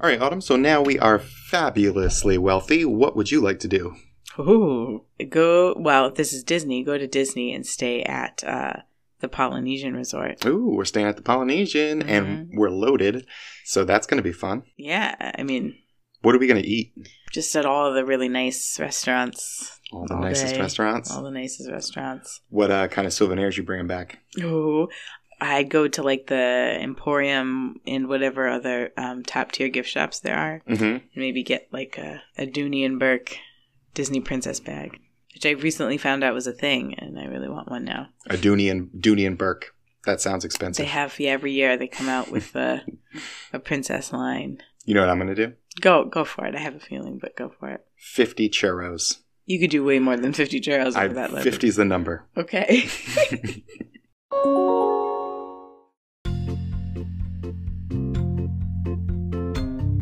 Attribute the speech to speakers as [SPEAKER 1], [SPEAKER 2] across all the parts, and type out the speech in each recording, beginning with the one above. [SPEAKER 1] All right, Autumn. So now we are fabulously wealthy. What would you like to do?
[SPEAKER 2] Ooh, go. Well, if this is Disney. Go to Disney and stay at uh, the Polynesian Resort.
[SPEAKER 1] Ooh, we're staying at the Polynesian and we're loaded. So that's going to be fun.
[SPEAKER 2] Yeah, I mean,
[SPEAKER 1] What are we going to eat?
[SPEAKER 2] just at all the really nice restaurants,
[SPEAKER 1] All the
[SPEAKER 2] All
[SPEAKER 1] nicest
[SPEAKER 2] day.
[SPEAKER 1] restaurants.
[SPEAKER 2] all the nicest restaurants.
[SPEAKER 1] What uh, kind of souvenirs you bringing back?
[SPEAKER 2] Ooh, I'd go to like the Emporium and whatever other um, top tier gift shops there are.
[SPEAKER 1] Mm-hmm.
[SPEAKER 2] maybe get like a, a Dooney and Burke Disney princess bag, which I recently found out was a thing, and I really want one now.
[SPEAKER 1] A Dooney and Dooney and Burke. That sounds expensive.
[SPEAKER 2] They have yeah, every year they come out with a a princess line.
[SPEAKER 1] you know what I'm going to do?
[SPEAKER 2] Go go for it. I have a feeling, but go for it.
[SPEAKER 1] Fifty churros.
[SPEAKER 2] You could do way more than fifty churros
[SPEAKER 1] I
[SPEAKER 2] for that level.
[SPEAKER 1] Fifty's the number.
[SPEAKER 2] Okay.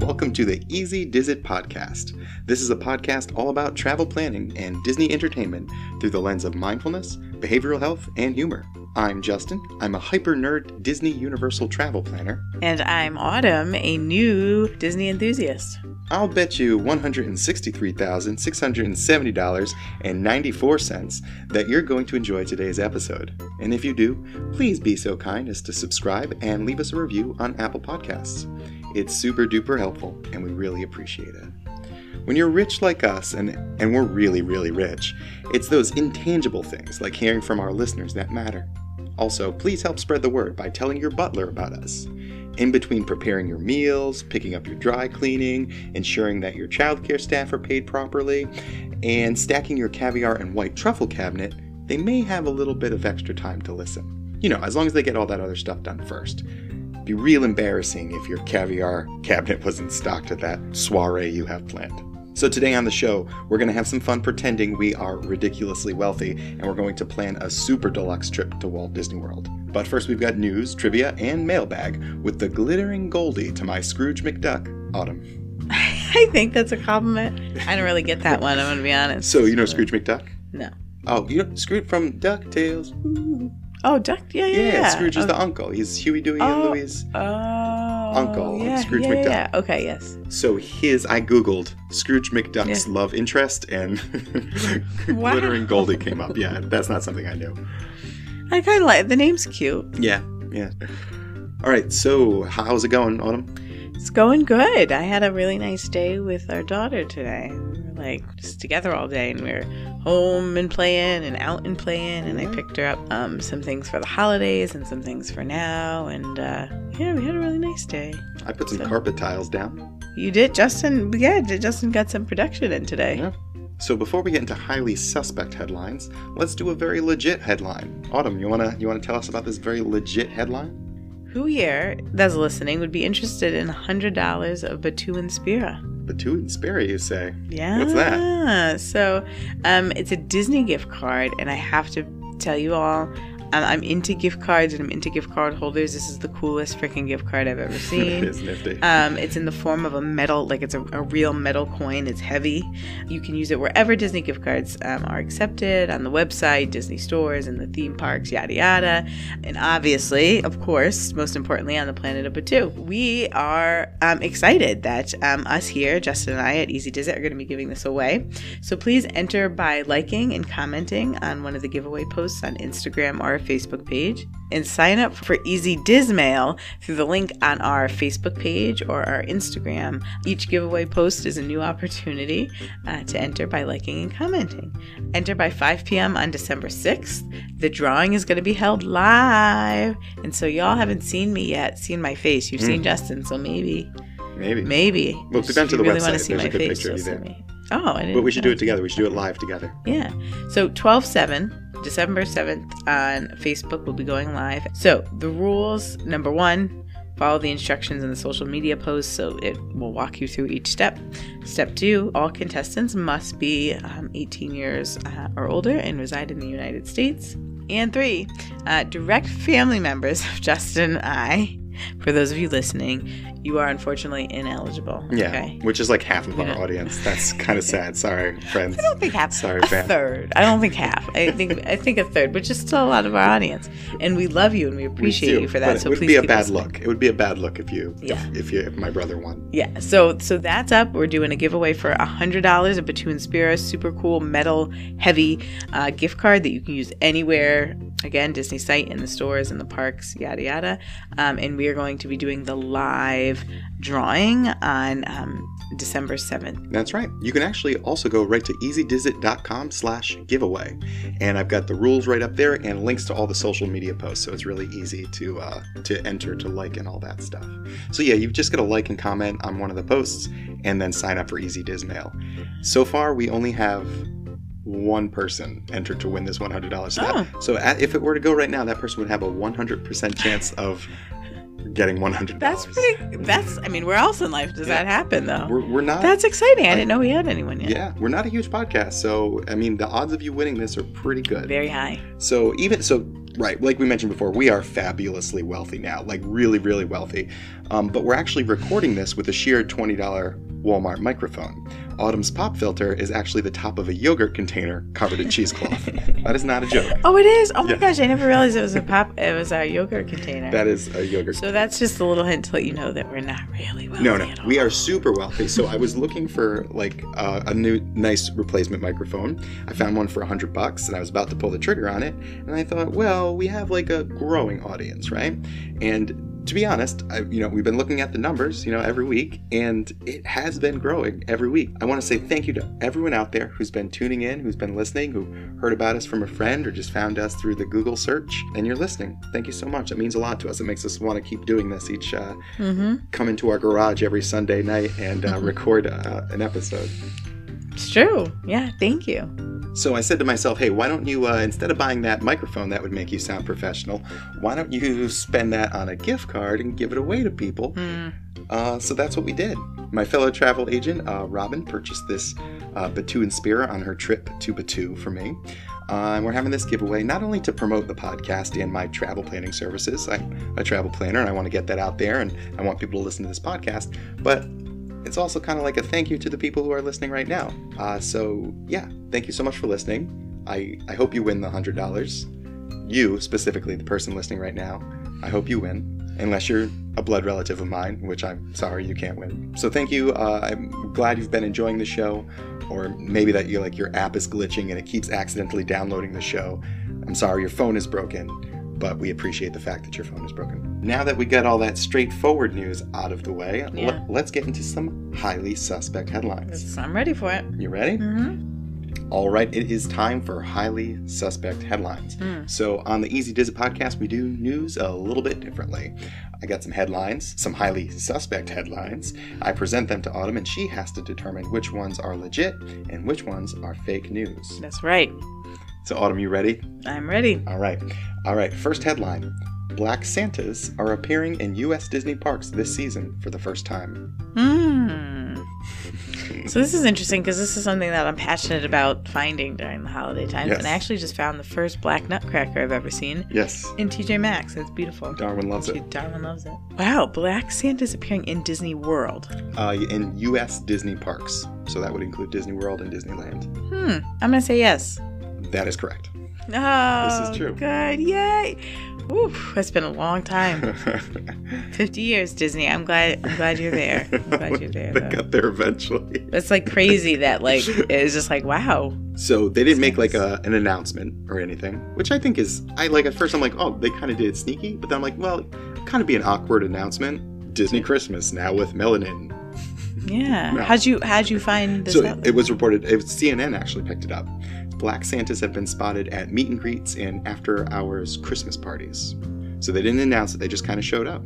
[SPEAKER 1] Welcome to the Easy Dizit Podcast. This is a podcast all about travel planning and Disney entertainment through the lens of mindfulness, behavioral health, and humor. I'm Justin. I'm a hyper nerd Disney Universal travel planner.
[SPEAKER 2] and I'm Autumn, a new Disney enthusiast.
[SPEAKER 1] I'll bet you $163,670.94 that you're going to enjoy today's episode. And if you do, please be so kind as to subscribe and leave us a review on Apple Podcasts. It's super duper helpful, and we really appreciate it. When you're rich like us, and, and we're really, really rich, it's those intangible things like hearing from our listeners that matter. Also, please help spread the word by telling your butler about us. In between preparing your meals, picking up your dry cleaning, ensuring that your childcare staff are paid properly, and stacking your caviar and white truffle cabinet, they may have a little bit of extra time to listen. You know, as long as they get all that other stuff done first. Be real embarrassing if your caviar cabinet wasn't stocked at that soiree you have planned. So, today on the show, we're going to have some fun pretending we are ridiculously wealthy, and we're going to plan a super deluxe trip to Walt Disney World. But first, we've got news, trivia, and mailbag with the glittering Goldie to my Scrooge McDuck, Autumn.
[SPEAKER 2] I think that's a compliment. I don't really get that one. I'm gonna be honest.
[SPEAKER 1] So, you know Scrooge McDuck?
[SPEAKER 2] No.
[SPEAKER 1] Oh, you know Scrooge from DuckTales?
[SPEAKER 2] Oh, duck. Yeah, yeah.
[SPEAKER 1] Yeah,
[SPEAKER 2] yeah.
[SPEAKER 1] Scrooge is
[SPEAKER 2] Oh,
[SPEAKER 1] the uncle. He's Huey, Dewey, and
[SPEAKER 2] Oh.
[SPEAKER 1] Louise.
[SPEAKER 2] oh,
[SPEAKER 1] uncle of
[SPEAKER 2] yeah,
[SPEAKER 1] Scrooge
[SPEAKER 2] yeah,
[SPEAKER 1] McDuck.
[SPEAKER 2] Yeah. Okay. Yes.
[SPEAKER 1] So his, I googled Scrooge McDuck's
[SPEAKER 2] Yeah.
[SPEAKER 1] love interest, and
[SPEAKER 2] Wow.
[SPEAKER 1] glittering Goldie came up. Yeah, that's not something I knew.
[SPEAKER 2] I kind of like the name's cute.
[SPEAKER 1] Yeah, yeah. All right, so how's it going, Autumn?
[SPEAKER 2] It's going good. I had a really nice day with our daughter today. We were like just together all day, and we were home and playing and out and playing. And I picked her up um, some things for the holidays and some things for now. And uh, yeah, we had a really nice day.
[SPEAKER 1] I put some
[SPEAKER 2] So-
[SPEAKER 1] carpet tiles down.
[SPEAKER 2] You did, Justin. Yeah, Justin got some production in today.
[SPEAKER 1] Yeah. So before we get into highly suspect headlines, let's do a very legit headline. Autumn, you wanna you wanna tell us about this very legit headline?
[SPEAKER 2] Who here that's listening would be interested in hundred dollars of Batu and Spira?
[SPEAKER 1] Batu and Sperry, you say?
[SPEAKER 2] Yeah.
[SPEAKER 1] What's that?
[SPEAKER 2] So, um, it's a Disney gift card, and I have to tell you all, um, I'm into gift cards and I'm into gift card holders. This is the coolest freaking gift card I've ever
[SPEAKER 1] it
[SPEAKER 2] seen.
[SPEAKER 1] is nifty.
[SPEAKER 2] Um, it's in the form of a metal, like it's a, a real metal coin. It's heavy. You can use it wherever Disney gift cards um, are accepted on the website, Disney stores, and the theme parks, yada yada. And obviously, of course, most importantly, on the planet of Batu. We are um, excited that um, us here, Justin and I at Easy Dizzy, are going to be giving this away. So please enter by liking and commenting on one of the giveaway posts on Instagram or our Facebook page. And sign up for Easy Diz Mail through the link on our Facebook page or our Instagram. Each giveaway post is a new opportunity uh, to enter by liking and commenting. Enter by 5 p.m. on December 6th. The drawing is going to be held live. And so, y'all haven't seen me yet, seen my face. You've seen Justin, so maybe,
[SPEAKER 1] Maybe.
[SPEAKER 2] maybe.
[SPEAKER 1] Hmm. Well,
[SPEAKER 2] If
[SPEAKER 1] go down to
[SPEAKER 2] you
[SPEAKER 1] the
[SPEAKER 2] really
[SPEAKER 1] website.
[SPEAKER 2] wanna see
[SPEAKER 1] There's a
[SPEAKER 2] my
[SPEAKER 1] good
[SPEAKER 2] face,
[SPEAKER 1] picture of you
[SPEAKER 2] you'll see
[SPEAKER 1] there.
[SPEAKER 2] me. Oh, I didn't.
[SPEAKER 1] But we should do
[SPEAKER 2] know.
[SPEAKER 1] it together. We should do it live together.
[SPEAKER 2] Yeah. So 12 7, December 7th on Facebook will be going live. So the rules number one, follow the instructions in the social media post so it will walk you through each step. Step two, all contestants must be um, 18 years uh, or older and reside in the United States. And three, uh, direct family members of Justin and I. For those of you listening, you are unfortunately ineligible.
[SPEAKER 1] Yeah,
[SPEAKER 2] Okay.
[SPEAKER 1] which is like half of
[SPEAKER 2] Yeah.
[SPEAKER 1] our audience. That's kind of sad. Sorry, friends.
[SPEAKER 2] I don't think half.
[SPEAKER 1] Sorry,
[SPEAKER 2] a
[SPEAKER 1] fam.
[SPEAKER 2] third. I don't think half. I think I think a third, but just still a lot of our audience, and we love you and we
[SPEAKER 1] We
[SPEAKER 2] appreciate
[SPEAKER 1] do,
[SPEAKER 2] you for
[SPEAKER 1] but
[SPEAKER 2] that. So
[SPEAKER 1] it would
[SPEAKER 2] please
[SPEAKER 1] be a
[SPEAKER 2] keep
[SPEAKER 1] bad
[SPEAKER 2] listening.
[SPEAKER 1] look. It would be a bad look if you,
[SPEAKER 2] Yeah.
[SPEAKER 1] if you, if my brother won.
[SPEAKER 2] Yeah, so so that's up. We're doing a giveaway for $100 of Between Spira super cool metal heavy uh, gift card that you can use anywhere. Again, Disney site, in the stores, in the parks, yada yada. Um, and we are going to be doing the live drawing on um, December 7th.
[SPEAKER 1] That's right. You can actually also go right to easydizit.com slash giveaway. And I've got the rules right up there and links to all the social media posts. So it's really easy to uh, to enter, to like, and all that stuff. So yeah, you've just got to like and comment on one of the posts and then sign up for Easy Diz Mail. So far, we only have one person entered to win this $100. So, that-
[SPEAKER 2] Oh.
[SPEAKER 1] so a- if it were to go right now, that person would have a 100% chance of getting $100.
[SPEAKER 2] That's pretty, that's, I mean, where else in life does
[SPEAKER 1] Yeah.
[SPEAKER 2] that happen though?
[SPEAKER 1] We're, we're not.
[SPEAKER 2] That's exciting. I didn't know we had anyone yet.
[SPEAKER 1] Yeah, we're not a huge podcast, so I mean the odds of you winning this are pretty good.
[SPEAKER 2] Very high.
[SPEAKER 1] So even so, right? Like we mentioned before, we are fabulously wealthy now, like really, really wealthy. Um, but we're actually recording this with a sheer twenty dollar Walmart microphone. Autumn's pop filter is actually the top of a yogurt container covered in cheesecloth. that is not a joke.
[SPEAKER 2] Oh, it is. Oh my
[SPEAKER 1] Yeah.
[SPEAKER 2] gosh, I never realized it was a pop, it was a yogurt container.
[SPEAKER 1] That is a yogurt.
[SPEAKER 2] So that's just a little hint to let you know that we're not really wealthy.
[SPEAKER 1] no, no,
[SPEAKER 2] at all.
[SPEAKER 1] we are super wealthy. So I was looking for like uh, a new nice replacement microphone. I found one for a hundred bucks, and I was about to pull the trigger on it. And I thought, well, we have like a growing audience, right? And to be honest, I, you know, we've been looking at the numbers, you know, every week, and it has been growing every week. I want to say thank you to everyone out there who's been tuning in, who's been listening, who heard about us from a friend or just found us through the Google search, and you're listening. Thank you so much. It means a lot to us. It makes us want to keep doing this each. Uh,
[SPEAKER 2] Mhm.
[SPEAKER 1] come into our garage every Sunday night and uh, record uh, an episode.
[SPEAKER 2] It's true. Yeah. Thank you.
[SPEAKER 1] So I said to myself, hey, why don't you, uh, instead of buying that microphone that would make you sound professional, why don't you spend that on a gift card and give it away to
[SPEAKER 2] Mm-hmm.
[SPEAKER 1] people?
[SPEAKER 2] Hmm.
[SPEAKER 1] Uh, so that's what we did. My fellow travel agent, uh, Robin, purchased this uh, Batu and Spira on her trip to Batu for me. Uh, and we're having this giveaway not only to promote the podcast and my travel planning services. I'm a travel planner and I want to get that out there and I want people to listen to this podcast, but it's also kind of like a thank you to the people who are listening right now. Uh, so, yeah, thank you so much for listening. I, I hope you win the $100. You, specifically, the person listening right now, I hope you win. Unless you're a blood relative of mine, which I'm sorry you can't win. So thank you. Uh, I'm glad you've been enjoying the show, or maybe that you like your app is glitching and it keeps accidentally downloading the show. I'm sorry your phone is broken, but we appreciate the fact that your phone is broken. Now that we got all that straightforward news out of the way, le-
[SPEAKER 2] Yeah.
[SPEAKER 1] let's get into some highly suspect headlines.
[SPEAKER 2] That's- I'm ready for it.
[SPEAKER 1] You ready?
[SPEAKER 2] Mm-hmm.
[SPEAKER 1] All right, it is time for highly suspect headlines.
[SPEAKER 2] Mm.
[SPEAKER 1] So, on the Easy Dizzy podcast, we do news a little bit differently. I got some headlines, some highly suspect headlines. I present them to Autumn, and she has to determine which ones are legit and which ones are fake news.
[SPEAKER 2] That's right.
[SPEAKER 1] So, Autumn, you ready?
[SPEAKER 2] I'm ready.
[SPEAKER 1] All right. All right, first headline Black Santas are appearing in U.S. Disney parks this season for the first time.
[SPEAKER 2] Mm. So this is interesting because this is something that I'm passionate about finding during the holiday times,
[SPEAKER 1] Yes.
[SPEAKER 2] and I actually just found the first black nutcracker I've ever seen
[SPEAKER 1] Yes,
[SPEAKER 2] in TJ Maxx. It's beautiful.
[SPEAKER 1] Darwin loves it.
[SPEAKER 2] She- Darwin loves it. Wow, Black Santa's appearing in Disney World.
[SPEAKER 1] Uh, in U.S. Disney parks. So, that would include Disney World and Disneyland.
[SPEAKER 2] Hmm. I'm gonna say yes.
[SPEAKER 1] That is correct.
[SPEAKER 2] Oh,
[SPEAKER 1] true.
[SPEAKER 2] Good. Yay. Oof, it's been a long time. 50 years Disney. I'm glad I'm glad you're there. I'm glad you're there.
[SPEAKER 1] they
[SPEAKER 2] Though.
[SPEAKER 1] got there eventually.
[SPEAKER 2] It's like crazy that like it's just like wow.
[SPEAKER 1] So they didn't make like
[SPEAKER 2] Nice.
[SPEAKER 1] a, an announcement or anything, which I think is I like at first I'm like, oh, they kind of did it sneaky, but then I'm like, well, kind of be an awkward announcement. Disney Christmas now with melanin.
[SPEAKER 2] Yeah.
[SPEAKER 1] No.
[SPEAKER 2] How'd you how'd you find this
[SPEAKER 1] so
[SPEAKER 2] out?
[SPEAKER 1] it, was reported. It was CNN actually picked it up. Black Santas have been spotted at meet and greets and after hours Christmas parties. So they didn't announce it. They just kind of showed up.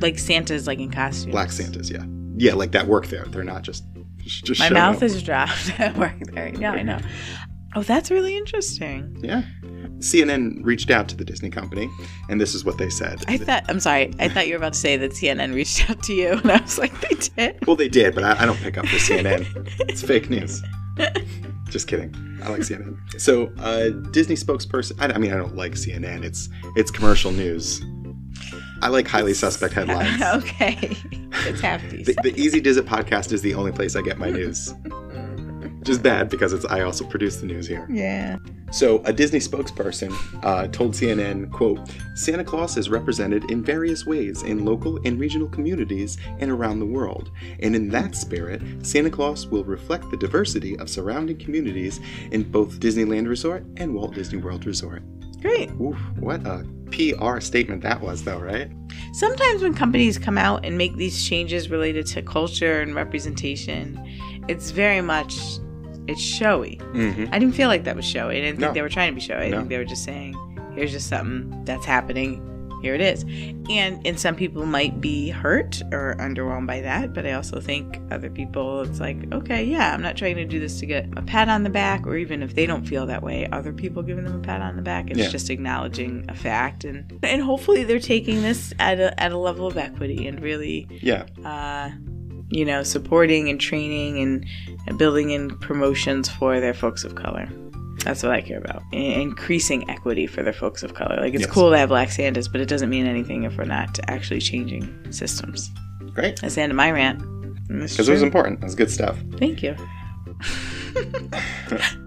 [SPEAKER 2] like Santa's like in costume.
[SPEAKER 1] Black Santas, yeah, yeah, like that work there. They're not just just.
[SPEAKER 2] My
[SPEAKER 1] showing
[SPEAKER 2] mouth
[SPEAKER 1] up.
[SPEAKER 2] is dropped at work there. Yeah, I know. Oh, that's really interesting.
[SPEAKER 1] Yeah. CNN reached out to the Disney company, and this is what they said.
[SPEAKER 2] I thought I'm sorry. I thought you were about to say that CNN reached out to you, and I was like, they did.
[SPEAKER 1] well, they did, but I, I don't pick up for CNN. It's fake news. Just kidding. I like CNN. So, uh, Disney spokesperson. I, I mean, I don't like CNN. It's it's commercial news. I like highly suspect headlines.
[SPEAKER 2] okay. It's halfties.
[SPEAKER 1] The, the Easy Does It podcast is the only place I get my news, which is bad because it's I also produce the news here.
[SPEAKER 2] yeah.
[SPEAKER 1] So, a Disney spokesperson uh, told CNN, "quote Santa Claus is represented in various ways in local and regional communities and around the world, and in that spirit, Santa Claus will reflect the diversity of surrounding communities in both Disneyland Resort and Walt Disney World Resort."
[SPEAKER 2] Great.
[SPEAKER 1] Oof, what a PR statement that was, though, right?
[SPEAKER 2] Sometimes when companies come out and make these changes related to culture and representation, it's very much it's showy.
[SPEAKER 1] Mm-hmm.
[SPEAKER 2] I didn't feel like that was showy. I didn't think
[SPEAKER 1] No.
[SPEAKER 2] they were trying to be showy. I
[SPEAKER 1] No.
[SPEAKER 2] think they were just saying, here's just something that's happening. Here it is. And and some people might be hurt or underwhelmed by that, but I also think other people it's like, okay, yeah, I'm not trying to do this to get a pat on the back or even if they don't feel that way, other people giving them a pat on the back. It's
[SPEAKER 1] Yeah.
[SPEAKER 2] just acknowledging a fact and and hopefully they're taking this at a at a level of equity and really
[SPEAKER 1] Yeah,
[SPEAKER 2] uh, you know, supporting and training and- and building in promotions for their folks of color. That's what I care about. I- increasing equity for their folks of color. Like, it's
[SPEAKER 1] Yes.
[SPEAKER 2] cool to have Black Santas, but it doesn't mean anything if we're not actually changing systems.
[SPEAKER 1] great.
[SPEAKER 2] That's the end of my rant. And it's
[SPEAKER 1] Because it was
[SPEAKER 2] true.
[SPEAKER 1] important. It was good stuff.
[SPEAKER 2] Thank you.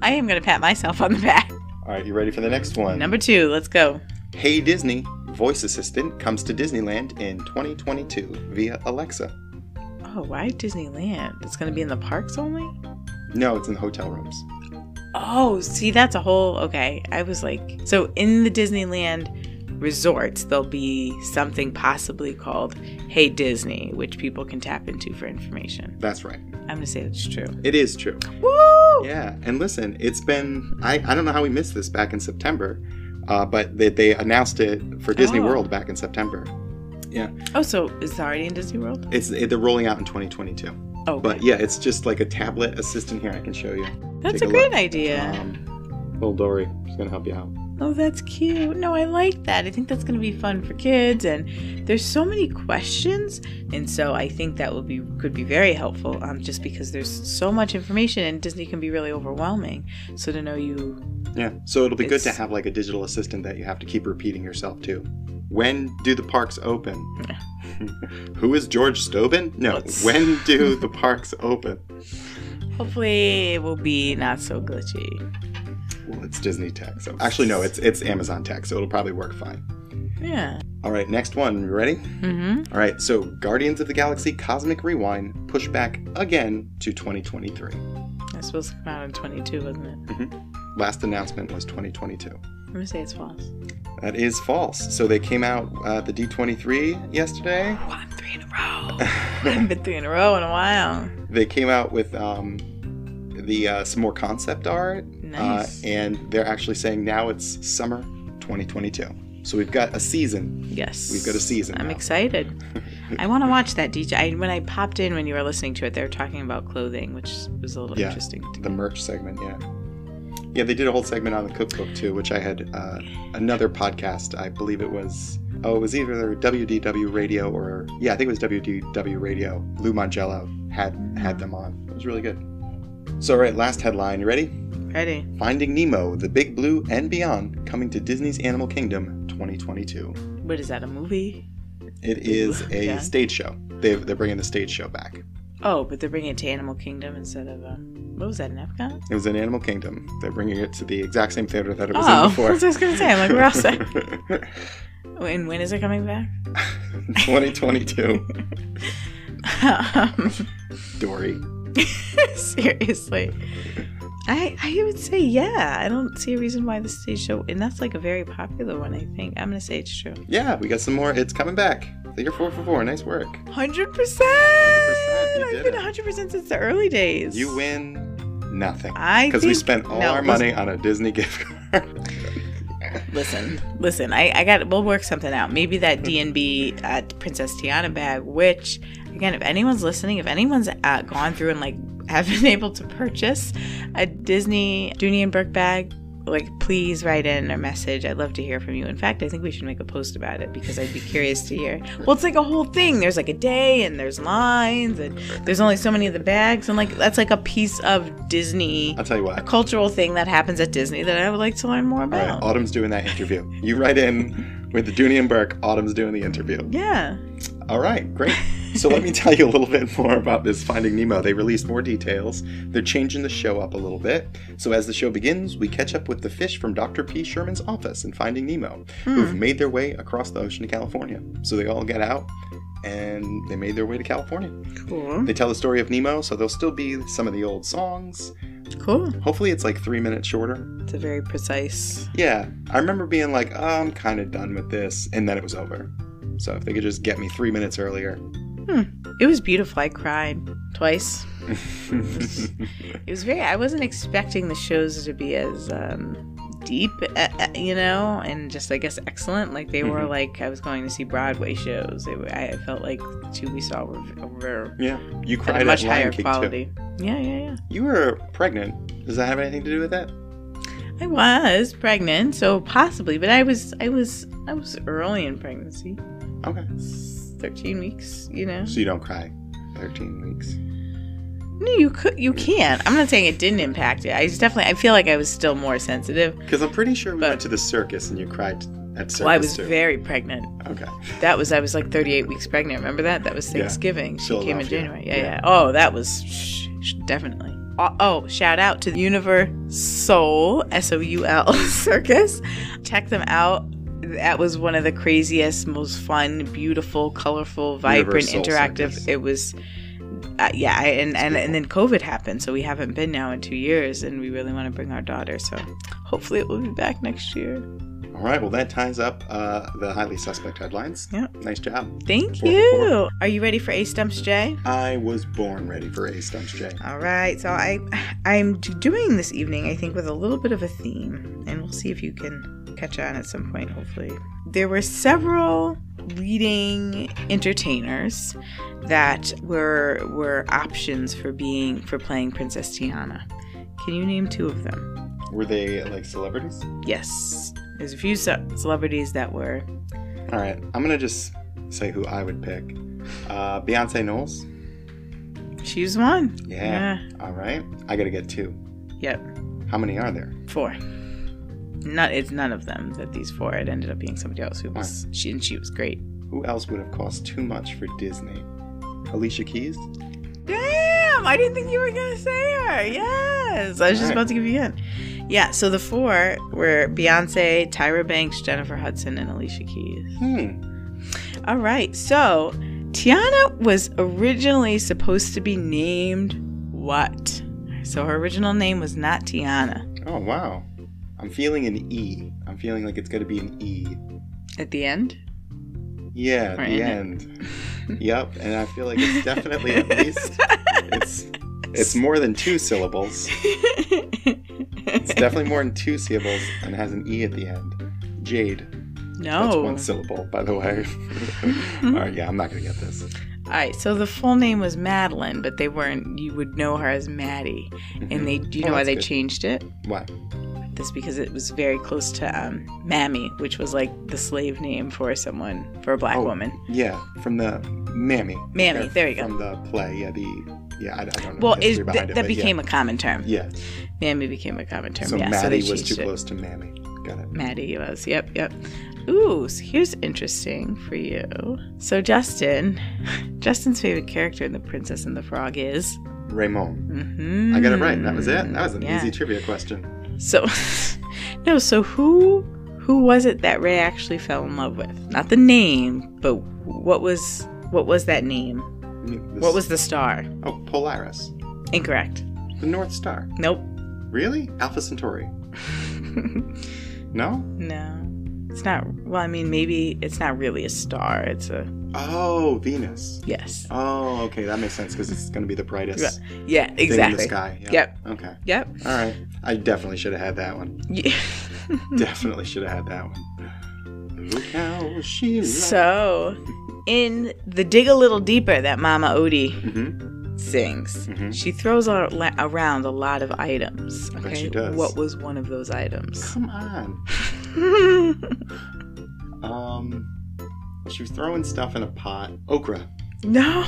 [SPEAKER 2] I am going to pat myself on the back.
[SPEAKER 1] All right, you ready for the next one?
[SPEAKER 2] Number two, let's go.
[SPEAKER 1] Hey Disney, voice assistant comes to Disneyland in 2022 via Alexa.
[SPEAKER 2] Oh, why Disneyland? It's going to be in the parks only?
[SPEAKER 1] No, it's in the hotel rooms.
[SPEAKER 2] Oh, see, that's a whole. Okay. I was like, so in the Disneyland resorts, there'll be something possibly called Hey Disney, which people can tap into for information.
[SPEAKER 1] That's right.
[SPEAKER 2] I'm going to say that's true.
[SPEAKER 1] It is true.
[SPEAKER 2] Woo!
[SPEAKER 1] Yeah, and listen, it's been, I, I don't know how we missed this back in September, uh, but they, they announced it for Disney
[SPEAKER 2] Oh.
[SPEAKER 1] World back in September.
[SPEAKER 2] Oh, so is it already in Disney World?
[SPEAKER 1] It's it, They're rolling out in 2022.
[SPEAKER 2] Oh, okay.
[SPEAKER 1] But yeah, it's just like a tablet assistant here. I can show you.
[SPEAKER 2] that's
[SPEAKER 1] take
[SPEAKER 2] a
[SPEAKER 1] a
[SPEAKER 2] great
[SPEAKER 1] look.
[SPEAKER 2] idea.
[SPEAKER 1] Um, little Dory is going to help you out.
[SPEAKER 2] Oh, that's cute. No, I like that. I think that's going to be fun for kids and there's so many questions and so I think that will be could be very helpful um just because there's so much information and Disney can be really overwhelming. So to know you
[SPEAKER 1] Yeah. So it'll be good to
[SPEAKER 2] It's-
[SPEAKER 1] have like a digital assistant that you have to keep repeating yourself to. When do the parks open? Who is George Stobin? No.
[SPEAKER 2] Let's-
[SPEAKER 1] When do the parks open?
[SPEAKER 2] hopefully it will be not so glitchy.
[SPEAKER 1] Well, it's Disney tech. So actually, no, it's it's Amazon tech. So it'll probably work fine.
[SPEAKER 2] Yeah.
[SPEAKER 1] All right, next one. You ready?
[SPEAKER 2] Mhm.
[SPEAKER 1] All right. So Guardians of the Galaxy Cosmic Rewind pushback again to 2023.
[SPEAKER 2] That's supposed to come out in 22, wasn't it?
[SPEAKER 1] Last announcement was 2022.
[SPEAKER 2] I'm going to say it's false.
[SPEAKER 1] That is false. So they came out uh, at the D23 yesterday.
[SPEAKER 2] Oh, I'm 3 in a row. I haven't been 3 in a row in a while.
[SPEAKER 1] they came out with um, the uh, some more concept art,
[SPEAKER 2] Nice.
[SPEAKER 1] uh, and they're actually saying now it's summer 2022. So we've got a season.
[SPEAKER 2] Yes.
[SPEAKER 1] We've got a season.
[SPEAKER 2] I'm
[SPEAKER 1] now.
[SPEAKER 2] excited. I want to watch that DJ. I, when I popped in when you were listening to it, they were talking about clothing, which was a little
[SPEAKER 1] Yeah.
[SPEAKER 2] interesting. To
[SPEAKER 1] The merch segment, yeah. Yeah, they did a whole segment on the cookbook too, which I had uh, another podcast. I believe it was oh, it was either WDW Radio or yeah, I think it was WDW Radio. Lou Mangello had had them on. It was really good. So, all right, last headline. You ready?
[SPEAKER 2] Ready?
[SPEAKER 1] Finding Nemo, The Big Blue, and Beyond coming to Disney's Animal Kingdom 2022.
[SPEAKER 2] What is that? A movie?
[SPEAKER 1] It is a
[SPEAKER 2] Yeah.
[SPEAKER 1] stage show. They've, they're bringing the stage show back.
[SPEAKER 2] Oh, but they're bringing it to Animal Kingdom instead of um, what was that? An Epcot?
[SPEAKER 1] It was in Animal Kingdom. They're bringing it to the exact same theater that it was
[SPEAKER 2] Oh,
[SPEAKER 1] in before.
[SPEAKER 2] that's what I was gonna say. I'm like, we're all set.
[SPEAKER 1] set.
[SPEAKER 2] And when is it coming back?
[SPEAKER 1] 2022.
[SPEAKER 2] um,
[SPEAKER 1] Dory.
[SPEAKER 2] Seriously. I I would say yeah. I don't see a reason why the stage show and that's like a very popular one, I think. I'm gonna say it's true.
[SPEAKER 1] Yeah, we got some more. It's coming back. You're four for four. Nice work.
[SPEAKER 2] Hundred percent
[SPEAKER 1] you
[SPEAKER 2] I've
[SPEAKER 1] did
[SPEAKER 2] been
[SPEAKER 1] it.
[SPEAKER 2] hundred percent since the early days.
[SPEAKER 1] You win nothing.
[SPEAKER 2] I
[SPEAKER 1] Because we
[SPEAKER 2] think-
[SPEAKER 1] spent all
[SPEAKER 2] no,
[SPEAKER 1] our
[SPEAKER 2] listen-
[SPEAKER 1] money on a Disney gift card.
[SPEAKER 2] Listen, listen. I, I got. We'll work something out. Maybe that D and B uh, Princess Tiana bag. Which, again, if anyone's listening, if anyone's uh, gone through and like have been able to purchase a Disney Dooney and Burke bag, like please write in or message. I'd love to hear from you. In fact, I think we should make a post about it because I'd be curious to hear. Well, it's like a whole thing. There's like a day and there's lines and there's only so many of the bags and like that's like a piece of Disney.
[SPEAKER 1] I'll tell you
[SPEAKER 2] A
[SPEAKER 1] what.
[SPEAKER 2] cultural thing that happens at Disney that I would like to learn more
[SPEAKER 1] All
[SPEAKER 2] about.
[SPEAKER 1] right, Autumn's doing that interview. You write in With the Dooney and Burke, Autumn's doing the interview.
[SPEAKER 2] Yeah.
[SPEAKER 1] All right, great. So let me tell you a little bit more about this Finding Nemo. They released more details. They're changing the show up a little bit. So as the show begins, we catch up with the fish from Dr. P. Sherman's office in Finding Nemo,
[SPEAKER 2] Hmm.
[SPEAKER 1] who've made their way across the ocean to California. So they all get out and they made their way to California.
[SPEAKER 2] Cool.
[SPEAKER 1] They tell the story of Nemo, so there'll still be some of the old songs.
[SPEAKER 2] Cool.
[SPEAKER 1] Hopefully it's like three minutes shorter.
[SPEAKER 2] It's a very precise.
[SPEAKER 1] Yeah, I remember being like, "Oh, I'm kind of done with this, and then it was over. So if they could just get me three minutes earlier.
[SPEAKER 2] It was beautiful. I cried twice. It was very. I wasn't expecting the shows to be as um, deep, uh, uh, you know, and just I guess excellent. Like they were
[SPEAKER 1] Mhm.
[SPEAKER 2] like I was going to see Broadway shows. It, were- I felt like the two we saw were, were
[SPEAKER 1] yeah, you
[SPEAKER 2] at
[SPEAKER 1] cried
[SPEAKER 2] a much
[SPEAKER 1] at Lion
[SPEAKER 2] higher
[SPEAKER 1] King,
[SPEAKER 2] quality. Yeah, yeah, yeah.
[SPEAKER 1] Too. You were pregnant. Does that have anything to do with that?
[SPEAKER 2] I was pregnant, so possibly, but I was, I was, I was early in pregnancy,
[SPEAKER 1] Okay.
[SPEAKER 2] Mm-hmm. thirteen weeks. You know,
[SPEAKER 1] So you don't cry. Thirteen weeks.
[SPEAKER 2] no, you could, you can't. I'm not saying it didn't impact it. I just definitely, I feel like I was still more sensitive.
[SPEAKER 1] Because I'm pretty sure we
[SPEAKER 2] But-
[SPEAKER 1] went to the circus and you cried at circus
[SPEAKER 2] Well, I was
[SPEAKER 1] too.
[SPEAKER 2] very pregnant.
[SPEAKER 1] okay.
[SPEAKER 2] That was I was like 38 weeks pregnant. Remember that? That was
[SPEAKER 1] Yeah.
[SPEAKER 2] Thanksgiving. She came in
[SPEAKER 1] Philadelphia.
[SPEAKER 2] January. Yeah,
[SPEAKER 1] Yeah.
[SPEAKER 2] yeah. Oh, that was sh- sh- definitely. Oh, oh, shout out to the Universal S O U L Circus. Check them out. That was one of the craziest, most fun, beautiful, colorful, vibrant,
[SPEAKER 1] Universal
[SPEAKER 2] interactive.
[SPEAKER 1] Circus.
[SPEAKER 2] It was. Uh, yeah, I, and and, and then COVID happened, so we haven't been now in two years, and we really want to bring our daughter. So hopefully, it will be back next year.
[SPEAKER 1] All right. Well, that ties up uh, the highly suspect headlines.
[SPEAKER 2] Yeah.
[SPEAKER 1] Nice job.
[SPEAKER 2] Thank
[SPEAKER 1] Four for
[SPEAKER 2] you.
[SPEAKER 1] four.
[SPEAKER 2] Are you ready for Ace Dumps J?
[SPEAKER 1] I was born ready for Ace Stumps J.
[SPEAKER 2] All right, so I I'm d- doing this evening I think with a little bit of a theme, and we'll see if you can catch on at some point. Hopefully, there were several leading entertainers that were were options for being for playing Princess Tiana. Can you name two of them?
[SPEAKER 1] Were they like celebrities?
[SPEAKER 2] Yes, there's a few ce- celebrities that were.
[SPEAKER 1] All right. I'm gonna just say who I would pick. Uh, Beyonce Knowles.
[SPEAKER 2] She's one.
[SPEAKER 1] Yeah. All right. I gotta get two.
[SPEAKER 2] yeah. Yep.
[SPEAKER 1] How many are there?
[SPEAKER 2] Four. Not it's none of them that these four. It ended up being somebody else who was she and she was great.
[SPEAKER 1] Who else would have cost too much for Disney? Alicia Keys?
[SPEAKER 2] Damn! I didn't think you were gonna say her. Yes, I was just
[SPEAKER 1] Alright.
[SPEAKER 2] about to give you in. Yeah. So the four were Beyonce, Tyra Banks, Jennifer Hudson, and Alicia Keys.
[SPEAKER 1] Hmm.
[SPEAKER 2] All right. So Tiana was originally supposed to be named what? So her original name was not Tiana
[SPEAKER 1] Oh, wow. I'm feeling an E. I'm feeling like it's gonna be an E.
[SPEAKER 2] at the end.
[SPEAKER 1] Yeah, at
[SPEAKER 2] Right,
[SPEAKER 1] the
[SPEAKER 2] isn't it?
[SPEAKER 1] end. yep, and I feel like it's definitely at least it's it's more than two syllables. It's definitely more than two syllables and has an E at the end. Jade. That's
[SPEAKER 2] no.
[SPEAKER 1] one syllable, by the way. All right, yeah, I'm not gonna get this.
[SPEAKER 2] All right, so the full name was Madeline, but they weren't. You would know her as Maddie, and they. Do you
[SPEAKER 1] Oh,
[SPEAKER 2] know why
[SPEAKER 1] that's
[SPEAKER 2] they
[SPEAKER 1] good.
[SPEAKER 2] changed it?
[SPEAKER 1] Why?
[SPEAKER 2] This because it was very close to um, Mammy, which was like the slave name for someone for a black
[SPEAKER 1] Oh.
[SPEAKER 2] woman.
[SPEAKER 1] Yeah, from the Mammy.
[SPEAKER 2] Mammy,
[SPEAKER 1] Yeah,
[SPEAKER 2] there you go.
[SPEAKER 1] From the play, yeah, the yeah, I, I don't know.
[SPEAKER 2] Well,
[SPEAKER 1] the
[SPEAKER 2] it,
[SPEAKER 1] history
[SPEAKER 2] that
[SPEAKER 1] behind it,
[SPEAKER 2] that
[SPEAKER 1] but yeah.
[SPEAKER 2] became a common term.
[SPEAKER 1] Yeah,
[SPEAKER 2] Mammy became a common term.
[SPEAKER 1] so
[SPEAKER 2] yeah, so they
[SPEAKER 1] Maddie was
[SPEAKER 2] changed
[SPEAKER 1] too
[SPEAKER 2] it.
[SPEAKER 1] close to Mammy. Got it.
[SPEAKER 2] Maddie was. Yep, yep. Ooh, so here's interesting for you. So Justin, Justin's favorite character in The Princess and the Frog is.
[SPEAKER 1] Raymond.
[SPEAKER 2] Mm-hmm.
[SPEAKER 1] I got it right. That was it. That was an
[SPEAKER 2] Yeah.
[SPEAKER 1] easy trivia question.
[SPEAKER 2] So, no. So who who was it that Ray actually fell in love with? Not the name, but what was what was that name?
[SPEAKER 1] I mean, this-
[SPEAKER 2] What was the star?
[SPEAKER 1] Oh, Polaris.
[SPEAKER 2] Incorrect.
[SPEAKER 1] The North Star.
[SPEAKER 2] Nope.
[SPEAKER 1] Really? Alpha Centauri. no?
[SPEAKER 2] no, it's not. Well, I mean, maybe it's not really a star. It's a
[SPEAKER 1] Oh, Venus.
[SPEAKER 2] yes.
[SPEAKER 1] Oh, okay. That makes sense because it's going to be the brightest
[SPEAKER 2] Right, Yeah,
[SPEAKER 1] thing in the
[SPEAKER 2] exactly.
[SPEAKER 1] sky. Yeah.
[SPEAKER 2] Yep.
[SPEAKER 1] Okay.
[SPEAKER 2] Yep.
[SPEAKER 1] All right. I definitely should have had that one.
[SPEAKER 2] Yeah.
[SPEAKER 1] Definitely should have had that one. Look how she
[SPEAKER 2] so, in the dig a little deeper that Mama Odie
[SPEAKER 1] Mm-hmm.
[SPEAKER 2] sings,
[SPEAKER 1] Mhm.
[SPEAKER 2] she throws a- la- around a lot of items. Okay,
[SPEAKER 1] bet she does.
[SPEAKER 2] what was one of those items?
[SPEAKER 1] Come on. Um, she was throwing stuff in a pot. Okra.
[SPEAKER 2] no.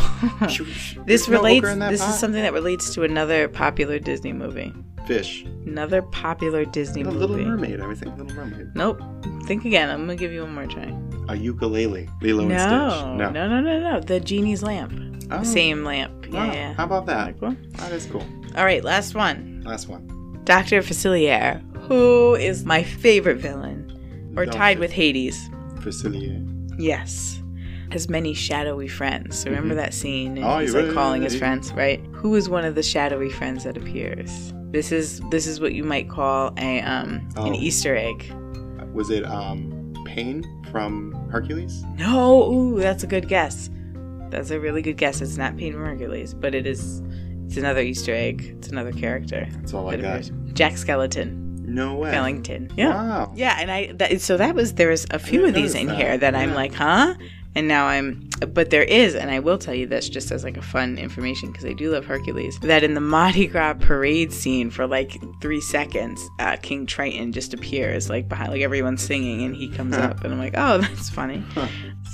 [SPEAKER 1] She- she- there's
[SPEAKER 2] This
[SPEAKER 1] no okra
[SPEAKER 2] relates.
[SPEAKER 1] in that
[SPEAKER 2] This
[SPEAKER 1] pot?
[SPEAKER 2] is something that relates to another popular Disney movie.
[SPEAKER 1] Fish.
[SPEAKER 2] Another popular Disney
[SPEAKER 1] The
[SPEAKER 2] movie.
[SPEAKER 1] Little Mermaid. I was thinking Little Mermaid.
[SPEAKER 2] Nope. Think again. I'm gonna give you one more try.
[SPEAKER 1] A ukulele. Lilo and
[SPEAKER 2] no,
[SPEAKER 1] Stitch.
[SPEAKER 2] no, no, no, no. The genie's lamp.
[SPEAKER 1] Oh,
[SPEAKER 2] The same lamp.
[SPEAKER 1] wow.
[SPEAKER 2] Yeah. yeah.
[SPEAKER 1] How about that?
[SPEAKER 2] Like, well,
[SPEAKER 1] That is cool.
[SPEAKER 2] All right, last one.
[SPEAKER 1] Last one.
[SPEAKER 2] Dr. Facilier, who is my favorite villain, or
[SPEAKER 1] Dr.
[SPEAKER 2] tied with Hades.
[SPEAKER 1] Facilier.
[SPEAKER 2] Yes. Has many shadowy friends. Remember
[SPEAKER 1] Mhm.
[SPEAKER 2] that scene? And
[SPEAKER 1] Oh,
[SPEAKER 2] he's
[SPEAKER 1] you're
[SPEAKER 2] like calling his
[SPEAKER 1] right.
[SPEAKER 2] friends, right? Who is one of the shadowy friends that appears? This is this is what you might call a um
[SPEAKER 1] Oh.
[SPEAKER 2] an Easter egg.
[SPEAKER 1] Was it um Pain from Hercules?
[SPEAKER 2] No, ooh, that's a good guess. That's a really good guess. It's not Pain from Hercules, but it is it's another Easter egg. It's another character.
[SPEAKER 1] That's all I
[SPEAKER 2] that
[SPEAKER 1] got.
[SPEAKER 2] appears. Jack Skeleton.
[SPEAKER 1] No way.
[SPEAKER 2] Skellington. Yeah.
[SPEAKER 1] Wow.
[SPEAKER 2] Yeah, and I that, so that was there was a few
[SPEAKER 1] Oh. didn't
[SPEAKER 2] of these
[SPEAKER 1] notice
[SPEAKER 2] in
[SPEAKER 1] that.
[SPEAKER 2] here that I'm
[SPEAKER 1] Yeah.
[SPEAKER 2] like, huh? And now I'm, but there is, and I will tell you this just as like a fun information because I do love Hercules. That in the Mardi Gras parade scene for like three seconds, uh, King Triton just appears like behind, like everyone's singing, and he comes
[SPEAKER 1] Huh.
[SPEAKER 2] up, and I'm like, oh, that's funny.
[SPEAKER 1] Huh.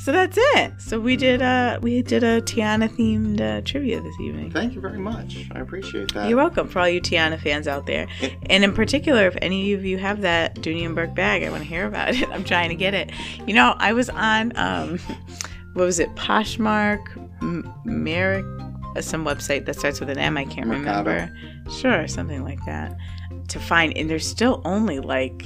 [SPEAKER 2] So that's it. So we did uh we did a Tiana themed uh, trivia this evening.
[SPEAKER 1] Thank you very much. I appreciate that.
[SPEAKER 2] You're welcome for all you Tiana fans out there. And in particular, if any of you have that Dunienberg bag, I want to hear about it. I'm trying to get it. You know, I was on, um, what was it, Poshmark, M- Merrick, uh, some website that starts with an M, I can't
[SPEAKER 1] Mercado.
[SPEAKER 2] remember. Sure, something like that. To find, and there's still only like,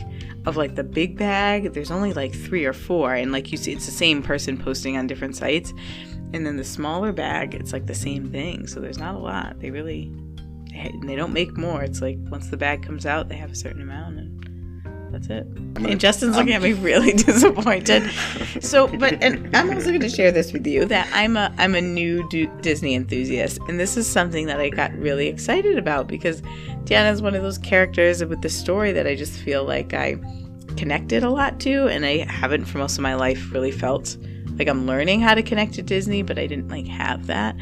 [SPEAKER 2] of like the big bag, there's only like three or four. And like you see, it's the same person posting on different sites. And then the smaller bag, it's like the same thing. So there's not a lot. They really, they they don't make more. It's like once the bag comes out, they have a certain amount, and that's it.
[SPEAKER 1] gonna-
[SPEAKER 2] and Justin's looking
[SPEAKER 1] I'm-
[SPEAKER 2] at me really disappointed. So, but and I'm also going to share this with you that I'm a I'm a new du- Disney enthusiast, and this is something that I got really excited about because Tiana is one of those characters with the story that I just feel like I connected a lot to, and I haven't for most of my life really felt like I'm learning how to connect to Disney, but I didn't like have that.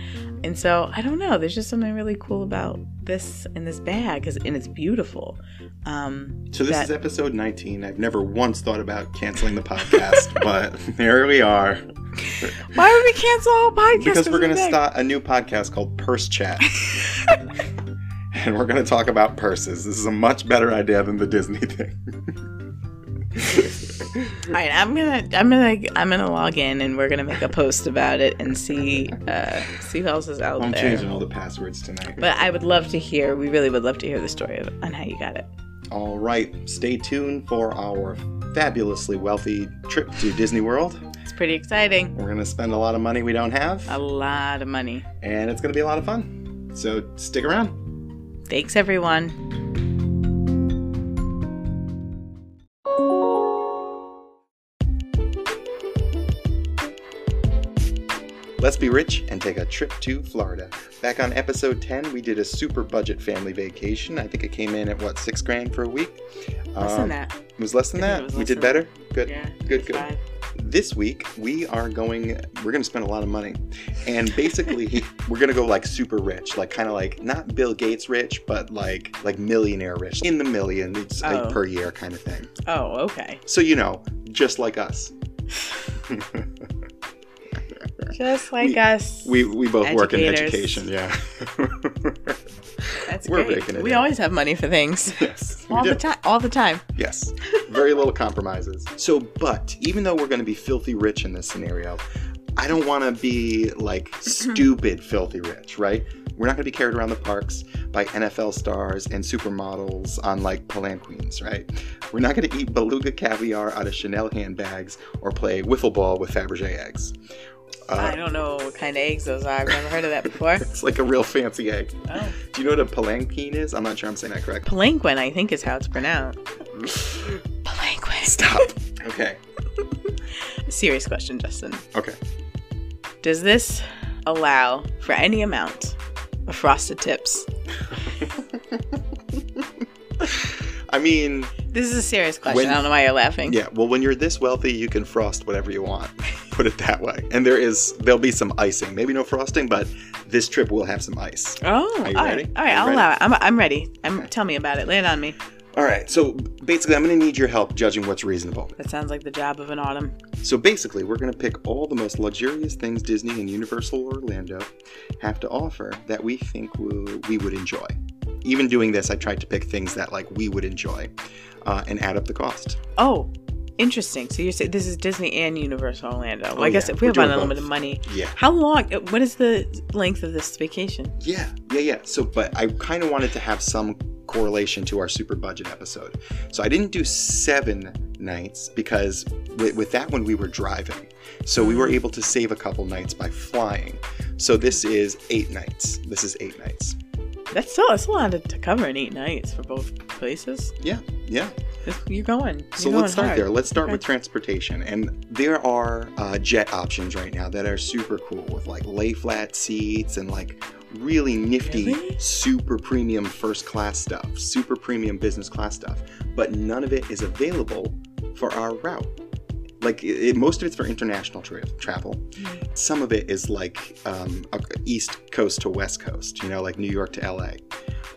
[SPEAKER 2] And so I don't know. There's just something really cool about this in this bag, 'cause- and it's beautiful. Um,
[SPEAKER 1] So this
[SPEAKER 2] that-
[SPEAKER 1] is episode 19. I've never once thought about canceling the podcast, but there we are.
[SPEAKER 2] why would we cancel all podcasts?
[SPEAKER 1] Because we're going
[SPEAKER 2] of
[SPEAKER 1] to
[SPEAKER 2] the bag?
[SPEAKER 1] start a new podcast called Purse Chat. and we're going to talk about purses. This is a much better idea than the Disney thing.
[SPEAKER 2] All right, I'm gonna, I'm gonna, I'm gonna log in, and we're gonna make a post about it and see, uh, see who else is out
[SPEAKER 1] I'm
[SPEAKER 2] there.
[SPEAKER 1] changing all the passwords tonight.
[SPEAKER 2] But I would love to hear. We really would love to hear the story of, on how you got it.
[SPEAKER 1] all right, stay tuned for our fabulously wealthy trip to Disney World.
[SPEAKER 2] It's pretty exciting.
[SPEAKER 1] We're going to spend a lot of money we don't
[SPEAKER 2] A
[SPEAKER 1] have,
[SPEAKER 2] lot of money.
[SPEAKER 1] and it's going to be a lot of fun. So stick around.
[SPEAKER 2] Thanks, everyone.
[SPEAKER 1] Let's be rich and take a trip to Florida. Back on episode 10, we did a super budget family vacation. I think it came in at what, six grand for a week?
[SPEAKER 2] Listen
[SPEAKER 1] Um,
[SPEAKER 2] that.
[SPEAKER 1] It was less than
[SPEAKER 2] I think
[SPEAKER 1] that.
[SPEAKER 2] it was
[SPEAKER 1] we
[SPEAKER 2] less
[SPEAKER 1] did
[SPEAKER 2] than
[SPEAKER 1] better. Good.
[SPEAKER 2] Yeah.
[SPEAKER 1] good, good.
[SPEAKER 2] five.
[SPEAKER 1] This week, we are going, we're going to spend a lot of money. And basically, we're going to go like super rich, like kind of like not Bill Gates rich, but like like millionaire rich, in the millions like,
[SPEAKER 2] Oh.
[SPEAKER 1] per year kind of thing.
[SPEAKER 2] Oh, okay.
[SPEAKER 1] So, you know, just like us.
[SPEAKER 2] Just like
[SPEAKER 1] We-
[SPEAKER 2] us.
[SPEAKER 1] We, we both work in
[SPEAKER 2] Educators.
[SPEAKER 1] education, yeah.
[SPEAKER 2] That's
[SPEAKER 1] we're
[SPEAKER 2] great.
[SPEAKER 1] breaking it
[SPEAKER 2] we
[SPEAKER 1] down.
[SPEAKER 2] always have money for things.
[SPEAKER 1] yes. we
[SPEAKER 2] All
[SPEAKER 1] do.
[SPEAKER 2] the time. All the time.
[SPEAKER 1] Yes. Very little compromises. So, but even though we're going to be filthy rich in this scenario, I don't want to be like stupid filthy rich, right? We're not going to be carried around the parks by NFL stars and supermodels on like palanquins, right? We're not going to eat beluga caviar out of Chanel handbags or play wiffle ball with Fabergé eggs.
[SPEAKER 2] I
[SPEAKER 1] Uh,
[SPEAKER 2] don't know what kind of eggs those are. I've never heard of that before.
[SPEAKER 1] it's like a real fancy egg.
[SPEAKER 2] oh.
[SPEAKER 1] Do you know what a palanquin is? I'm not sure I'm saying that correctly.
[SPEAKER 2] Palanquin, I think, is how it's pronounced. Palanquin.
[SPEAKER 1] Stop. Okay.
[SPEAKER 2] Serious question, Justin.
[SPEAKER 1] Okay.
[SPEAKER 2] Does this allow for any amount of frosted tips?
[SPEAKER 1] I mean,
[SPEAKER 2] This is a serious question.
[SPEAKER 1] When-
[SPEAKER 2] I don't know why you're laughing.
[SPEAKER 1] Yeah, well, when you're this wealthy, you can frost whatever you want. Put it that way. And there is there'll be some icing. Maybe no frosting, but this trip will have some ice.
[SPEAKER 2] Oh,
[SPEAKER 1] Are you
[SPEAKER 2] all right.
[SPEAKER 1] ready?
[SPEAKER 2] All right,
[SPEAKER 1] Are you
[SPEAKER 2] I'll
[SPEAKER 1] ready?
[SPEAKER 2] allow it. I'm, I'm ready. I'm,
[SPEAKER 1] Okay.
[SPEAKER 2] Tell me about it. Lay it on me.
[SPEAKER 1] All right. So basically, I'm going to need your help judging what's reasonable.
[SPEAKER 2] That sounds like the job of an autumn.
[SPEAKER 1] So basically, we're going to pick all the most luxurious things Disney and Universal Orlando have to offer that we think we, we would enjoy. even doing this, I tried to pick things that like we would enjoy uh, and add up the cost.
[SPEAKER 2] Oh, interesting. So you're saying this is Disney and Universal Orlando. Well,
[SPEAKER 1] Oh,
[SPEAKER 2] I guess
[SPEAKER 1] yeah.
[SPEAKER 2] if we
[SPEAKER 1] We're
[SPEAKER 2] have
[SPEAKER 1] doing
[SPEAKER 2] unlimited
[SPEAKER 1] both.
[SPEAKER 2] money,
[SPEAKER 1] Yeah.
[SPEAKER 2] how long? What is the length of this vacation?
[SPEAKER 1] Yeah, yeah, yeah. So, but I kind of wanted to have some correlation to our super budget episode. So I didn't do seven nights because with, with that one we were driving. So we were able to save a couple nights by flying. So this is eight nights. This is eight nights.
[SPEAKER 2] That's still that's a lot to, to cover in eight nights for both places.
[SPEAKER 1] Yeah, yeah.
[SPEAKER 2] This- You're going. You're
[SPEAKER 1] So
[SPEAKER 2] going
[SPEAKER 1] let's start
[SPEAKER 2] hard.
[SPEAKER 1] there. Let's start with
[SPEAKER 2] Okay.
[SPEAKER 1] transportation. And there are uh, jet options right now that are super cool with like lay flat seats and like really nifty,
[SPEAKER 2] Really?
[SPEAKER 1] super premium first class stuff, super premium business class stuff. But none of it is available for our route. Like it, it- most of it's for international tra- travel.
[SPEAKER 2] Mhm.
[SPEAKER 1] Some of it is like um, a- East Coast to West Coast, you know, like New York to LA.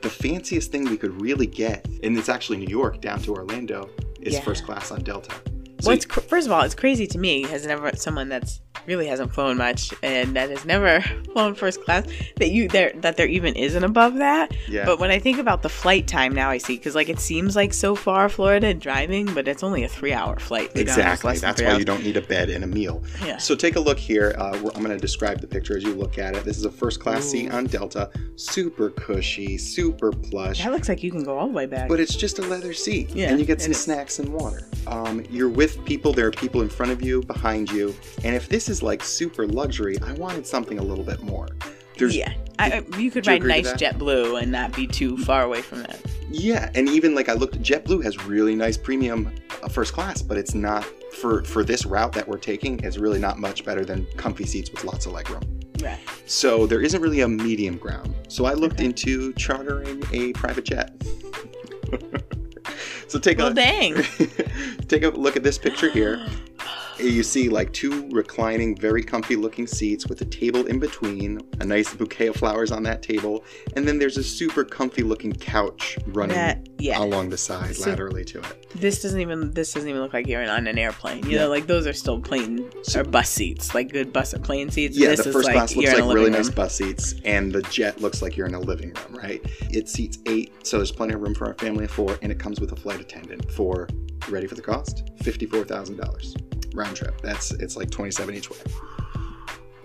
[SPEAKER 1] The fanciest thing we could really get, and it's actually New York down to Orlando, is
[SPEAKER 2] Yeah.
[SPEAKER 1] first class on Delta. So
[SPEAKER 2] Well, it's, cr- first of all, it's crazy to me as never someone that's really hasn't flown much and that has never flown first class that you there that there even isn't above that.
[SPEAKER 1] yeah,
[SPEAKER 2] But when I think about the flight time now, I see because like it seems like so far Florida driving, but it's only a three-hour flight. They don't- it's
[SPEAKER 1] exactly.
[SPEAKER 2] less than
[SPEAKER 1] That's
[SPEAKER 2] three
[SPEAKER 1] why
[SPEAKER 2] hours.
[SPEAKER 1] you don't need a bed and a meal.
[SPEAKER 2] Yeah.
[SPEAKER 1] So take a look here. Uh, we're- I'm going to describe the picture as you look at it. This is a first class seat
[SPEAKER 2] Ooh.
[SPEAKER 1] on Delta, super cushy, super plush.
[SPEAKER 2] That looks like you can go all the way back.
[SPEAKER 1] But it's just a leather seat,
[SPEAKER 2] Yeah,
[SPEAKER 1] and you get
[SPEAKER 2] it
[SPEAKER 1] some
[SPEAKER 2] is.
[SPEAKER 1] snacks and water. Um, you're with people. There are people in front of you, behind you, and if this is like super luxury, I wanted something a little bit more. There's,
[SPEAKER 2] yeah, I, I- you could
[SPEAKER 1] do you
[SPEAKER 2] ride
[SPEAKER 1] agree to
[SPEAKER 2] nice
[SPEAKER 1] that?
[SPEAKER 2] JetBlue and not be too far away from that.
[SPEAKER 1] Yeah, and even like I looked, JetBlue has really nice premium uh, first class, but it's not for for this route that we're taking. It's really not much better than comfy seats with lots of legroom.
[SPEAKER 2] Right.
[SPEAKER 1] So there isn't really a medium ground. So I looked
[SPEAKER 2] Okay.
[SPEAKER 1] into chartering a private jet. so take
[SPEAKER 2] Well,
[SPEAKER 1] a
[SPEAKER 2] dang.
[SPEAKER 1] take a look at this picture here. You see like two reclining, very comfy looking seats with a table in between, a nice bouquet of flowers on that table, and then there's a super comfy looking couch running
[SPEAKER 2] That, yeah.
[SPEAKER 1] along the side
[SPEAKER 2] So-
[SPEAKER 1] laterally to it.
[SPEAKER 2] This doesn't even this doesn't even look like you're on an airplane. You
[SPEAKER 1] Yeah.
[SPEAKER 2] know, like those are still plane
[SPEAKER 1] So-
[SPEAKER 2] or bus seats, like good bus or plane seats.
[SPEAKER 1] Yeah,
[SPEAKER 2] this
[SPEAKER 1] the
[SPEAKER 2] is
[SPEAKER 1] first
[SPEAKER 2] like
[SPEAKER 1] class
[SPEAKER 2] you're
[SPEAKER 1] looks
[SPEAKER 2] in
[SPEAKER 1] like
[SPEAKER 2] a
[SPEAKER 1] really
[SPEAKER 2] living
[SPEAKER 1] nice
[SPEAKER 2] room.
[SPEAKER 1] bus seats, and the jet looks like you're in a living room, right? It seats eight, so there's plenty of room for our family of four, and it comes with a flight attendant for ready for the cost fifty-four thousand dollars round trip. That's it's like twenty-seven each way.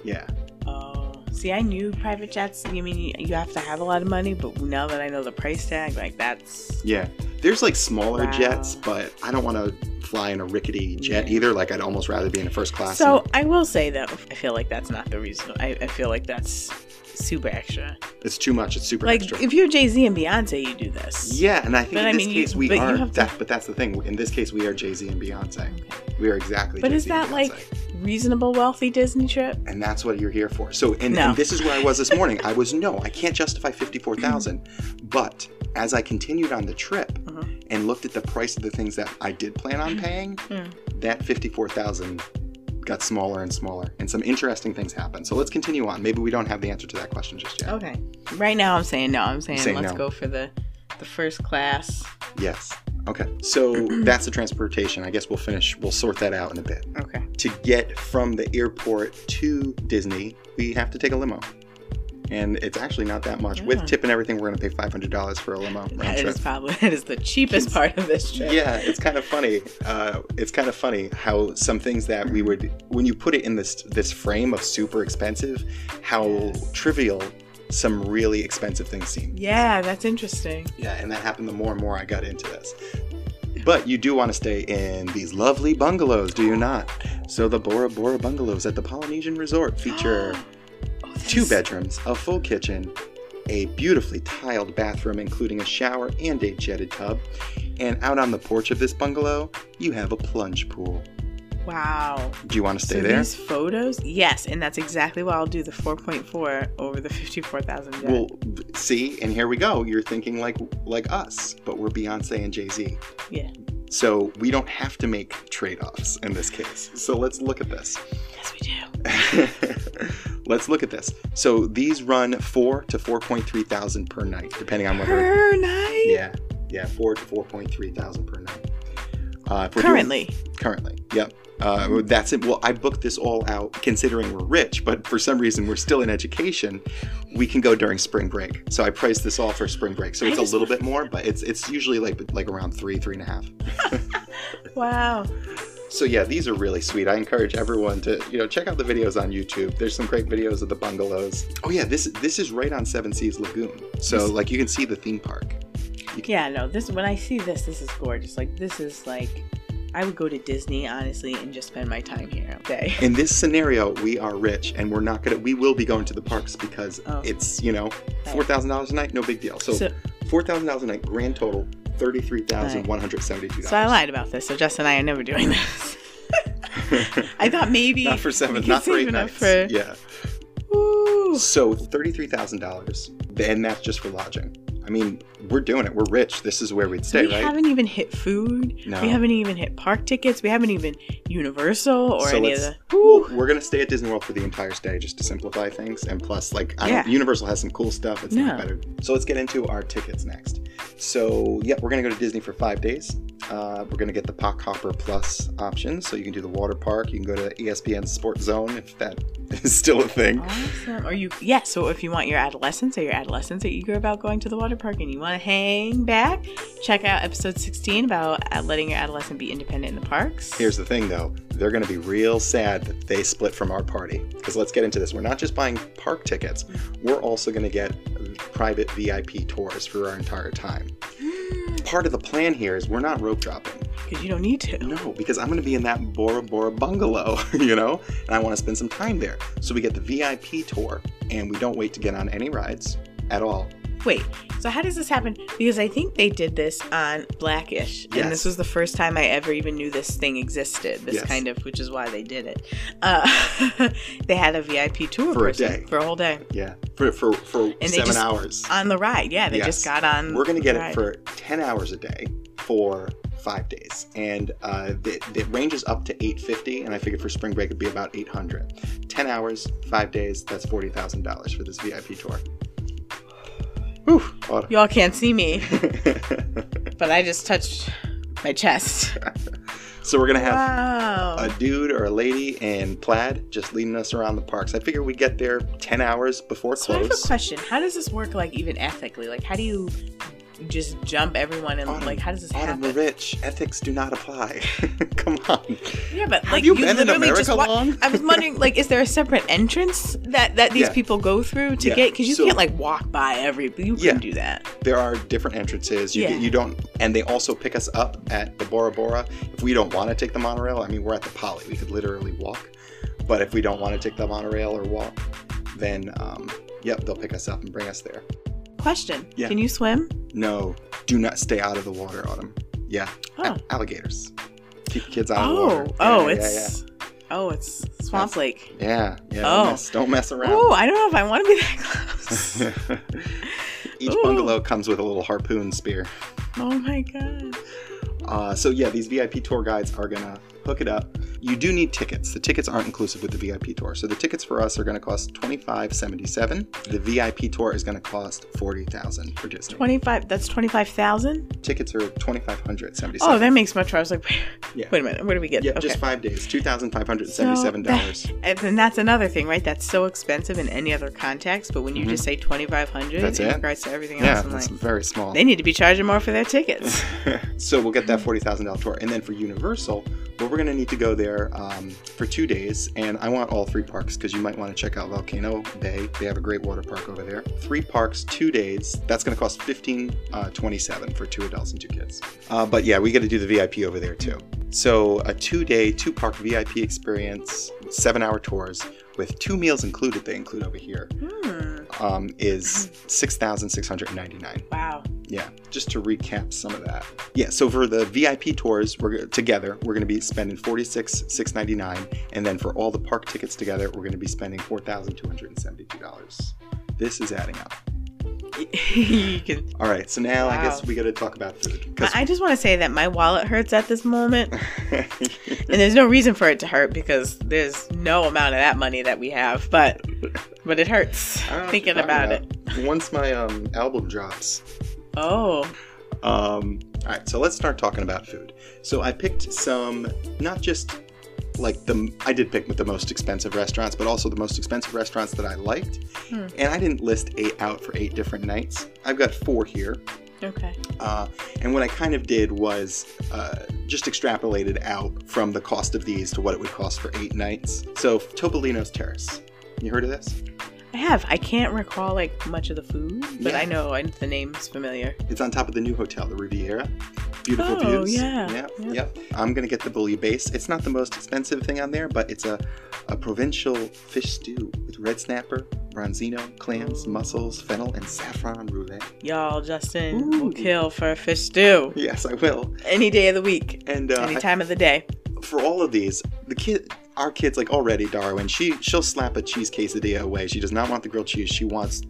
[SPEAKER 1] Yeah,
[SPEAKER 2] Oh, see, I knew private jets. You mean you, you have to have a lot of money? But now that I know the price tag, like that's
[SPEAKER 1] yeah. There's like smaller
[SPEAKER 2] Wow.
[SPEAKER 1] jets, but I don't want to fly in a rickety jet
[SPEAKER 2] Yeah.
[SPEAKER 1] either. Like I'd almost rather be in a first class.
[SPEAKER 2] So I will say though, I feel like that's not the reason. I, I feel like that's super extra.
[SPEAKER 1] it's too much. It's super
[SPEAKER 2] like
[SPEAKER 1] extra.
[SPEAKER 2] if you're Jay Z and Beyonce, you do this.
[SPEAKER 1] yeah, and I think
[SPEAKER 2] But
[SPEAKER 1] in
[SPEAKER 2] I
[SPEAKER 1] this
[SPEAKER 2] mean, you-
[SPEAKER 1] case we
[SPEAKER 2] but you
[SPEAKER 1] are.
[SPEAKER 2] have to-
[SPEAKER 1] That, but that's the thing. In this case, we are Jay Z and Beyonce.
[SPEAKER 2] Okay.
[SPEAKER 1] We are exactly.
[SPEAKER 2] But is
[SPEAKER 1] Jay-Z and
[SPEAKER 2] that like
[SPEAKER 1] Beyonce.
[SPEAKER 2] reasonable wealthy Disney trip?
[SPEAKER 1] and that's what you're here for. So, and,
[SPEAKER 2] No.
[SPEAKER 1] and this is where I was this morning. I was no, I can't justify fifty-four thousand. But as I continued on the trip
[SPEAKER 2] Mhm.
[SPEAKER 1] and looked at the price of the things that I did plan on paying,
[SPEAKER 2] Mm.
[SPEAKER 1] that fifty-four thousand got smaller and smaller, and some interesting things happened. So let's continue on. Maybe we don't have the answer to that question just yet.
[SPEAKER 2] Okay. Right now, I'm saying no. I'm saying
[SPEAKER 1] Say
[SPEAKER 2] let's
[SPEAKER 1] no.
[SPEAKER 2] go for the the first class.
[SPEAKER 1] Yes. Okay. So that's the transportation. I guess we'll finish. We'll sort that out in a bit.
[SPEAKER 2] Okay.
[SPEAKER 1] to get from the airport to Disney, we have to take a limo. And it's actually not that much.
[SPEAKER 2] Yeah.
[SPEAKER 1] With tip and everything, we're going to pay $500 for a limo round
[SPEAKER 2] That
[SPEAKER 1] trip.
[SPEAKER 2] is probably that is the cheapest part of this trip.
[SPEAKER 1] Yeah, it's kind of funny. Uh, it's kind of funny how some things that we would, when you put it in this this frame of super expensive, how trivial some really expensive things seem.
[SPEAKER 2] Yeah, that's interesting.
[SPEAKER 1] Yeah, and that happened the more and more I got into this. But you do want to stay in these lovely bungalows, do you not? So the Bora Bora bungalows at the Polynesian Resort feature
[SPEAKER 2] Oh, this
[SPEAKER 1] two
[SPEAKER 2] is-
[SPEAKER 1] bedrooms, a full kitchen, a beautifully tiled bathroom including a shower and a jetted tub, and out on the porch of this bungalow, you have a plunge pool.
[SPEAKER 2] Wow.
[SPEAKER 1] Do you want to stay
[SPEAKER 2] so
[SPEAKER 1] there?
[SPEAKER 2] these photos? Yes, and that's exactly why I'll do the 4.4 over the 54,000. jet.
[SPEAKER 1] Well, th- see, and here we go. You're thinking like like us, but we're Beyonce and Jay Z.
[SPEAKER 2] Yeah.
[SPEAKER 1] So we don't have to make trade-offs in this case. So let's look at this.
[SPEAKER 2] yes, we do.
[SPEAKER 1] let's look at this. So these run four to four point three thousand per night, depending on whether
[SPEAKER 2] Per night?
[SPEAKER 1] Yeah, yeah, four to four point three thousand per night. Uh, if we're doing-
[SPEAKER 2] Currently.
[SPEAKER 1] currently, yep. Uh, that's it. Well, I booked this all out considering we're rich, but for some reason we're still in education. We can go during spring break, so I priced this all for spring break. So
[SPEAKER 2] I
[SPEAKER 1] it's a
[SPEAKER 2] just-
[SPEAKER 1] little bit more, but it's it's usually like like around three, three and a half.
[SPEAKER 2] Wow.
[SPEAKER 1] So yeah, these are really sweet. I encourage everyone to you know check out the videos on YouTube. There's some great videos of the bungalows. Oh yeah, this this is right on Seven Seas Lagoon, so
[SPEAKER 2] This-
[SPEAKER 1] like you can see the theme park.
[SPEAKER 2] Yeah, no, this when I see this, this is gorgeous. Like this is like I would go to Disney honestly and just spend my time here all day.
[SPEAKER 1] In this scenario, we are rich, and we're not gonna. We will be going to the parks because
[SPEAKER 2] Oh.
[SPEAKER 1] it's you know four thousand dollars a night, no big deal. So,
[SPEAKER 2] So, so,
[SPEAKER 1] four thousand dollars a night, grand total thirty three thousand one hundred seventy two dollars.
[SPEAKER 2] I lied about this. So Justin and I are never doing this. I thought maybe
[SPEAKER 1] not for seven,
[SPEAKER 2] we
[SPEAKER 1] not
[SPEAKER 2] could
[SPEAKER 1] for
[SPEAKER 2] save
[SPEAKER 1] eight
[SPEAKER 2] enough
[SPEAKER 1] nights.
[SPEAKER 2] for-
[SPEAKER 1] Yeah.
[SPEAKER 2] Ooh.
[SPEAKER 1] So thirty-three thousand dollars, and that's just for lodging. I mean, we're doing it. We're rich. This is where we'd stay,
[SPEAKER 2] we
[SPEAKER 1] right?
[SPEAKER 2] haven't even hit food.
[SPEAKER 1] no,
[SPEAKER 2] We haven't even hit park tickets. We haven't even Universal or
[SPEAKER 1] So
[SPEAKER 2] any of
[SPEAKER 1] let's-
[SPEAKER 2] the.
[SPEAKER 1] Well,
[SPEAKER 2] Ooh.
[SPEAKER 1] we're gonna stay at Disney World for the entire stay just to simplify things, and plus, like, I
[SPEAKER 2] Yeah.
[SPEAKER 1] don't, Universal has some cool stuff. It's not
[SPEAKER 2] No.
[SPEAKER 1] better. So let's get into our tickets next. So yeah, we're gonna go to Disney for five days. Uh, we're gonna get the Pock Hopper Plus option, so you can do the water park. You can go to E ESPN Sport Zone if that is still a thing.
[SPEAKER 2] Awesome. Or you, yeah. So if you want your adolescents or your adolescents are eager about going to the water park and you want to hang back, check out episode 16 about uh, letting your adolescent be independent in the parks.
[SPEAKER 1] Here's the thing though, they're going to be real sad that they split from our party. Because let's get into this. We're not just buying park tickets, we're also going to get private VIP tours for our entire time. Part of the plan here is we're not rope dropping.
[SPEAKER 2] because you don't need to.
[SPEAKER 1] No, because I'm going to be in that Bora Bora bungalow, you know, and I want to spend some time there. So we get the VIP tour and we don't wait to get on any rides at all.
[SPEAKER 2] Wait. So how does this happen? Because I think they did this on Blackish,
[SPEAKER 1] Yes.
[SPEAKER 2] and this was the first time I ever even knew this thing existed. This
[SPEAKER 1] Yes.
[SPEAKER 2] kind of, which is why they did it. Uh, they had a VIP tour
[SPEAKER 1] For a
[SPEAKER 2] person
[SPEAKER 1] day.
[SPEAKER 2] for a whole day
[SPEAKER 1] Yeah, for, for, for
[SPEAKER 2] they
[SPEAKER 1] seven
[SPEAKER 2] just-
[SPEAKER 1] hours.
[SPEAKER 2] on the ride. Yeah, they
[SPEAKER 1] Yes.
[SPEAKER 2] just got on.
[SPEAKER 1] We're going to
[SPEAKER 2] the
[SPEAKER 1] get
[SPEAKER 2] ride.
[SPEAKER 1] it for 10 hours a day for five days. And uh, it, it ranges up to 850 And I figured for spring break, it'd be about 800 10 hours, five days, that's $40,000 for this VIP tour. Whew. Autumn.
[SPEAKER 2] Y'all can't see me, but I just touched my chest.
[SPEAKER 1] so we're going to have
[SPEAKER 2] Wow.
[SPEAKER 1] a dude or a lady in plaid just leading us around the parks. I figure we'd get there 10 hours before
[SPEAKER 2] so I have a
[SPEAKER 1] close.
[SPEAKER 2] question. How does this work, like, even ethically? Like, how do you just jump everyone and,
[SPEAKER 1] Autumn,
[SPEAKER 2] like, how does this
[SPEAKER 1] Autumn, we're
[SPEAKER 2] happen?
[SPEAKER 1] rich. Ethics do not apply. Come on.
[SPEAKER 2] Yeah, but, like,
[SPEAKER 1] have you, been in
[SPEAKER 2] literally
[SPEAKER 1] America
[SPEAKER 2] just wa-
[SPEAKER 1] long?
[SPEAKER 2] I was wondering, like, is there a separate entrance that, that these
[SPEAKER 1] Yeah.
[SPEAKER 2] people go through to
[SPEAKER 1] Yeah,
[SPEAKER 2] get? Because you
[SPEAKER 1] so-
[SPEAKER 2] can't, like, walk by every. You can
[SPEAKER 1] Yeah.
[SPEAKER 2] do that.
[SPEAKER 1] there are different entrances. You,
[SPEAKER 2] Yeah.
[SPEAKER 1] you don't, and they also pick us up at the Bora Bora. If we don't want to take the monorail, I mean, we're at the Poly. We could literally walk. But if we don't want to take the monorail or walk, then um, yep, they'll pick us up and bring us there.
[SPEAKER 2] Question
[SPEAKER 1] Yeah.
[SPEAKER 2] Can you swim?
[SPEAKER 1] No, do not stay out of the water, Autumn. Yeah,
[SPEAKER 2] Oh.
[SPEAKER 1] a- alligators. Keep the kids out of the
[SPEAKER 2] oh.
[SPEAKER 1] water.
[SPEAKER 2] Oh,
[SPEAKER 1] Yeah, yeah,
[SPEAKER 2] it's. Oh, it's Swamp Lake.
[SPEAKER 1] yeah, yeah. yeah
[SPEAKER 2] Oh.
[SPEAKER 1] Don't, mess, don't mess
[SPEAKER 2] Oh,
[SPEAKER 1] around.
[SPEAKER 2] I don't know if I want to be that close.
[SPEAKER 1] Each
[SPEAKER 2] Ooh.
[SPEAKER 1] bungalow comes with a little harpoon spear.
[SPEAKER 2] oh, my God.
[SPEAKER 1] Uh, so yeah, these VIP tour guides are gonna hook it up. You do need tickets. The tickets aren't inclusive with the VIP tour. So the tickets for us are gonna cost twenty five seventy seven. The VIP tour is gonna cost forty thousand for Disney.
[SPEAKER 2] 25 that's 25,000?
[SPEAKER 1] Tickets are twenty five hundred seventy
[SPEAKER 2] Oh,
[SPEAKER 1] seven.
[SPEAKER 2] that makes much more. I was like, wait,
[SPEAKER 1] Yeah.
[SPEAKER 2] wait a minute, where do we get
[SPEAKER 1] yeah,
[SPEAKER 2] okay.
[SPEAKER 1] just five days, two thousand five hundred seventy seven dollars.
[SPEAKER 2] and then that's another thing, right? That's so expensive in any other context, but when you
[SPEAKER 1] Mhm.
[SPEAKER 2] just say 2500
[SPEAKER 1] That's
[SPEAKER 2] in
[SPEAKER 1] it.
[SPEAKER 2] regards to everything
[SPEAKER 1] yeah,
[SPEAKER 2] else, I'm
[SPEAKER 1] that's
[SPEAKER 2] like,
[SPEAKER 1] very small.
[SPEAKER 2] they need to be charging more for their tickets.
[SPEAKER 1] so we'll get that forty thousand dollar tour, and then for Universal, well, we're gonna need to go there um, for two days, and I want all three parks because you might want to check out Volcano Bay. They have a great water park over there. Three parks, two days. That's gonna cost fifteen uh, twenty seven for two adults and two kids. Uh, but yeah, we got to do the VIP over there too. So a two day, two park VIP experience, seven hour tours with two meals included. They include over here
[SPEAKER 2] hmm.
[SPEAKER 1] um, is six thousand six hundred ninety nine.
[SPEAKER 2] Wow.
[SPEAKER 1] Yeah, just to recap some of that. Yeah, so for the VIP tours, we're together. We're going to be spending forty six six ninety nine, and then for all the park tickets together, we're going to be spending four thousand two hundred and seventy two dollars. This is adding up.
[SPEAKER 2] you can,
[SPEAKER 1] All right, so now I
[SPEAKER 2] Wow.
[SPEAKER 1] guess we got to talk about food. 'cause-
[SPEAKER 2] I I just want to say that my wallet hurts at this moment, and there's no reason for it to hurt because there's no amount of that money that we have, but but it hurts
[SPEAKER 1] I don't know what
[SPEAKER 2] thinking
[SPEAKER 1] you're
[SPEAKER 2] about,
[SPEAKER 1] talking
[SPEAKER 2] it.
[SPEAKER 1] about. Once my um, album drops,
[SPEAKER 2] Oh,
[SPEAKER 1] Um, all right, so let's start talking about food. So I picked some not just like the I did pick with the most expensive restaurants, but also the most expensive restaurants that I liked.
[SPEAKER 2] Hmm.
[SPEAKER 1] And I didn't list eight out for eight different nights. I've got four here.
[SPEAKER 2] Okay.
[SPEAKER 1] Uh, and what I kind of did was uh, just extrapolated out from the cost of these to what it would cost for eight nights. So Topolino's Terrace. You heard of this?
[SPEAKER 2] I have. I can't recall like much of the food, but
[SPEAKER 1] Yeah.
[SPEAKER 2] I know I, the name's familiar.
[SPEAKER 1] It's on top of the new hotel, the Riviera. Beautiful
[SPEAKER 2] Oh,
[SPEAKER 1] views.
[SPEAKER 2] yeah.
[SPEAKER 1] Yep,
[SPEAKER 2] Yeah.
[SPEAKER 1] yep. I'm gonna get the bully base. It's not the most expensive thing on there, but it's a, a provincial fish stew with red snapper, bronzino, clams, mussels, fennel, and saffron roulette.
[SPEAKER 2] Y'all, Justin
[SPEAKER 1] Ooh.
[SPEAKER 2] will kill for a fish stew
[SPEAKER 1] Yes, I will.
[SPEAKER 2] any day of the week,
[SPEAKER 1] And uh,
[SPEAKER 2] any
[SPEAKER 1] I-
[SPEAKER 2] time of the day.
[SPEAKER 1] for all of these, the kid, our kids, like already Darwin, she she'll slap a cheese quesadilla away. She does not want the grilled cheese. She wants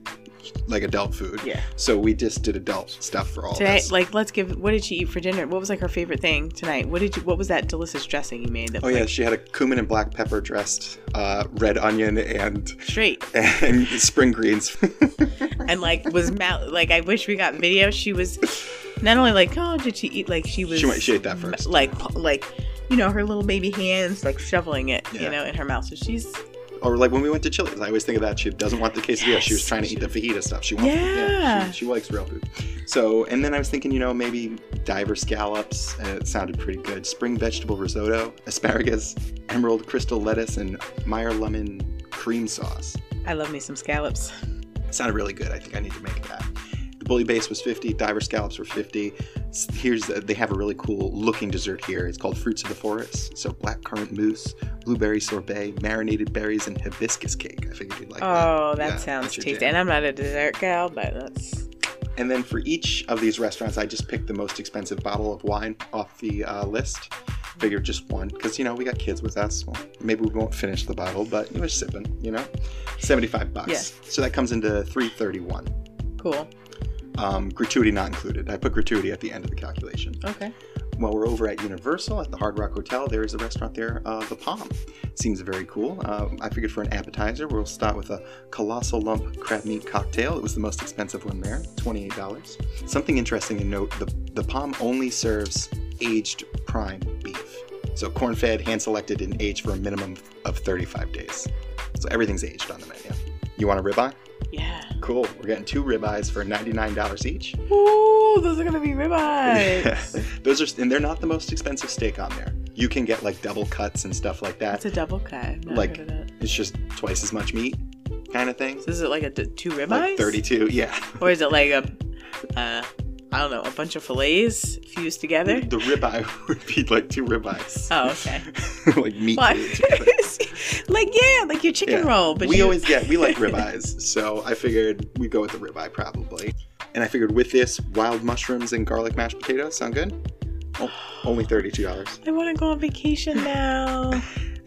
[SPEAKER 1] like adult food.
[SPEAKER 2] Yeah.
[SPEAKER 1] So we just did adult stuff for all of
[SPEAKER 2] Tonight,
[SPEAKER 1] this.
[SPEAKER 2] like, let's give. What did she eat for dinner? What was like her favorite thing tonight? What did you? What was that delicious dressing you made? That
[SPEAKER 1] Oh
[SPEAKER 2] was,
[SPEAKER 1] yeah,
[SPEAKER 2] like,
[SPEAKER 1] she had a cumin and black pepper dressed, uh, red onion and
[SPEAKER 2] straight
[SPEAKER 1] and spring greens.
[SPEAKER 2] and like was mal- like I wish we got video. She was not only like oh did she eat like she was
[SPEAKER 1] she went she ate that first.
[SPEAKER 2] like pu- like you know her little baby hands like shoveling it
[SPEAKER 1] Yeah.
[SPEAKER 2] you know in her mouth. So she's
[SPEAKER 1] Or like when we went to Chili's, I always think of that. She doesn't want the quesadilla. She was
[SPEAKER 2] Yes.
[SPEAKER 1] trying to eat the fajita stuff. She wants
[SPEAKER 2] Yeah.
[SPEAKER 1] she, she likes real food. So and then I was thinking, you know, maybe diver scallops. Uh, it sounded pretty good. Spring vegetable risotto, asparagus, emerald crystal lettuce, and Meyer lemon cream sauce.
[SPEAKER 2] I love me some scallops.
[SPEAKER 1] It sounded really good. I think I need to make that. The bully base was 50. Diver scallops were 50. S- Here's the, they have a really cool looking dessert here. It's called fruits of the forest. So blackcurrant mousse, blueberry sorbet, marinated berries, and hibiscus cake. I figured you'd like that.
[SPEAKER 2] Oh, that
[SPEAKER 1] Yeah,
[SPEAKER 2] sounds
[SPEAKER 1] that's your
[SPEAKER 2] tasty.
[SPEAKER 1] jam.
[SPEAKER 2] And I'm not a dessert gal, but that's
[SPEAKER 1] And then for each of these restaurants, I just picked the most expensive bottle of wine off the uh, list. Figured just one because you know we got kids with us. Well, maybe we won't finish the bottle, but you were sipping. You know, seventy-five bucks.
[SPEAKER 2] Yeah.
[SPEAKER 1] So that comes into three thirty-one.
[SPEAKER 2] cool.
[SPEAKER 1] Um, gratuity not included. I put gratuity at the end of the calculation.
[SPEAKER 2] Okay.
[SPEAKER 1] While we're over at Universal at the Hard Rock Hotel, there is a restaurant there, uh, The Palm. Seems very cool. Uh, I figured for an appetizer, we'll start with a colossal lump crab meat cocktail. It was the most expensive one there, $28. Something interesting to note the, the Palm only serves aged prime beef. So corn fed, hand selected, and aged for a minimum of 35 days. So everything's aged on the menu. You want a ribeye?
[SPEAKER 2] Yeah.
[SPEAKER 1] Cool. We're getting two ribeyes for $99 each.
[SPEAKER 2] Ooh, those are gonna be ribeyes.
[SPEAKER 1] Yeah. Those are, and they're not the most expensive steak on there. You can get like double cuts and stuff like that.
[SPEAKER 2] That's a double cut. I've not
[SPEAKER 1] Like-
[SPEAKER 2] heard of that.
[SPEAKER 1] It's just twice as much meat, kind of thing.
[SPEAKER 2] So is it like a d- two ribeyes?
[SPEAKER 1] Like 32, yeah.
[SPEAKER 2] Or is it like a, uh, I don't know, a bunch of fillets fused together?
[SPEAKER 1] The ribeye would be like two ribeyes.
[SPEAKER 2] Oh, okay.
[SPEAKER 1] like meat.
[SPEAKER 2] Well,
[SPEAKER 1] glued together.
[SPEAKER 2] like yeah, like your chicken
[SPEAKER 1] Yeah.
[SPEAKER 2] roll, but
[SPEAKER 1] we
[SPEAKER 2] you,
[SPEAKER 1] always get we like ribeyes, so I figured we go with the ribeye probably. And I figured with this, wild mushrooms and garlic mashed potatoes sound good. Only thirty-two dollars.
[SPEAKER 2] I want to go on vacation now.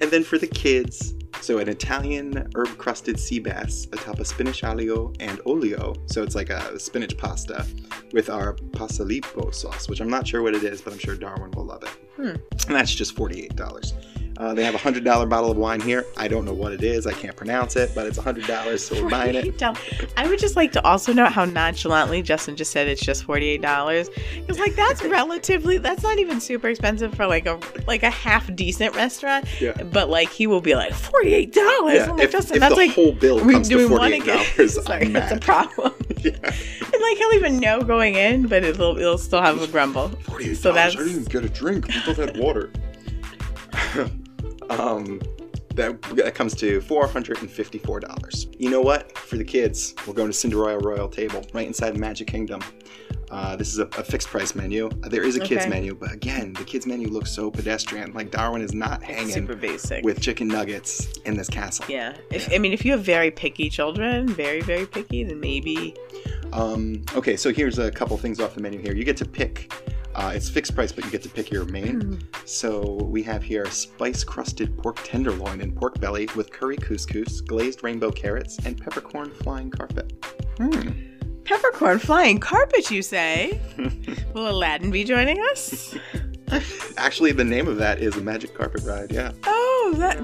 [SPEAKER 1] And then for the kids, so an Italian herb crusted sea bass atop a spinach aglio and olio. So it's like a spinach pasta with our pasalipo sauce, which I'm not sure what it is, but I'm sure Darwin will love it.
[SPEAKER 2] Hmm.
[SPEAKER 1] And that's just $48. Uh, they have a $100 bottle of wine here. I don't know what it is. I can't pronounce it, but it's $100, so we're buying it.
[SPEAKER 2] $48. I would just like to also note how nonchalantly Justin just said it's just forty eight dollars. Because like that's relatively that's not even super expensive for like a like a half decent restaurant.
[SPEAKER 1] Yeah.
[SPEAKER 2] But like he will be like forty eight dollars. Oh
[SPEAKER 1] Yeah,
[SPEAKER 2] I'm like
[SPEAKER 1] if,
[SPEAKER 2] Justin,
[SPEAKER 1] if
[SPEAKER 2] that's
[SPEAKER 1] the
[SPEAKER 2] like
[SPEAKER 1] whole bill
[SPEAKER 2] we
[SPEAKER 1] comes to
[SPEAKER 2] do we want to get
[SPEAKER 1] $48,
[SPEAKER 2] Sorry,
[SPEAKER 1] I'm
[SPEAKER 2] that's a
[SPEAKER 1] mad.
[SPEAKER 2] problem.
[SPEAKER 1] Yeah.
[SPEAKER 2] And like he'll even know going in, but it'll it'll still have a grumble.
[SPEAKER 1] $48.
[SPEAKER 2] So that's-
[SPEAKER 1] I didn't even get a drink. We both had water. um, that, that comes to $454. You know what? For the kids, we're going to Cinderella Royal Table right inside Magic Kingdom. Uh, this is a, a fixed price menu. There is a kids
[SPEAKER 2] Okay.
[SPEAKER 1] menu, but again, the kids menu looks so pedestrian. Like Darwin is not
[SPEAKER 2] It's
[SPEAKER 1] hanging
[SPEAKER 2] super basic.
[SPEAKER 1] with chicken nuggets in this castle.
[SPEAKER 2] Yeah. If, I mean, if you have very picky children, very, very picky, then maybe.
[SPEAKER 1] Um, okay, so here's a couple things off the menu here. You get to pick. Uh, it's fixed price, but you get to pick your main. So we have here spice crusted pork tenderloin and pork belly with curry couscous, glazed rainbow carrots, and peppercorn flying carpet. Hmm.
[SPEAKER 2] Peppercorn flying carpet, you say? Will Aladdin be joining us?
[SPEAKER 1] Actually, the name of that is a magic carpet ride. Yeah.
[SPEAKER 2] Oh, that.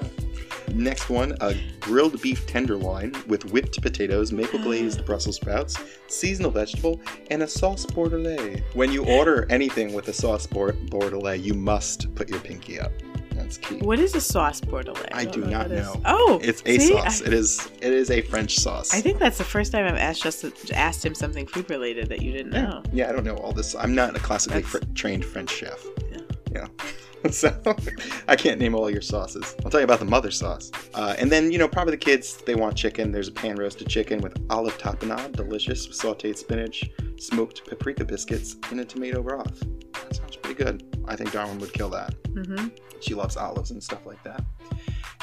[SPEAKER 1] Next one, a grilled beef tenderloin with whipped potatoes, maple glazed Brussels sprouts, seasonal vegetable, and a sauce bordelaise. When you order anything with a sauce bor- bordelaise, you must put your pinky up. That's key.
[SPEAKER 2] What is a sauce bordelais?
[SPEAKER 1] I
[SPEAKER 2] don't
[SPEAKER 1] do
[SPEAKER 2] what
[SPEAKER 1] not
[SPEAKER 2] that is.
[SPEAKER 1] know.
[SPEAKER 2] Oh,
[SPEAKER 1] It's a
[SPEAKER 2] see?
[SPEAKER 1] sauce.
[SPEAKER 2] I-
[SPEAKER 1] It is. It is a French sauce.
[SPEAKER 2] I think that's the first time I've asked just asked him something food related that you didn't
[SPEAKER 1] Yeah.
[SPEAKER 2] know.
[SPEAKER 1] Yeah, I don't know all this. I'm not a classically fr-
[SPEAKER 2] That's-
[SPEAKER 1] trained French chef.
[SPEAKER 2] Yeah.
[SPEAKER 1] Yeah. so I can't name all your sauces. I'll tell you about the mother sauce. Uh, and then, you know, probably the kids, they want chicken. There's a pan roasted chicken with olive tapenade, delicious, with sauteed spinach, smoked paprika biscuits, and a tomato broth. That sounds pretty good. I think Darwin would kill that.
[SPEAKER 2] hmm
[SPEAKER 1] She loves olives and stuff like that.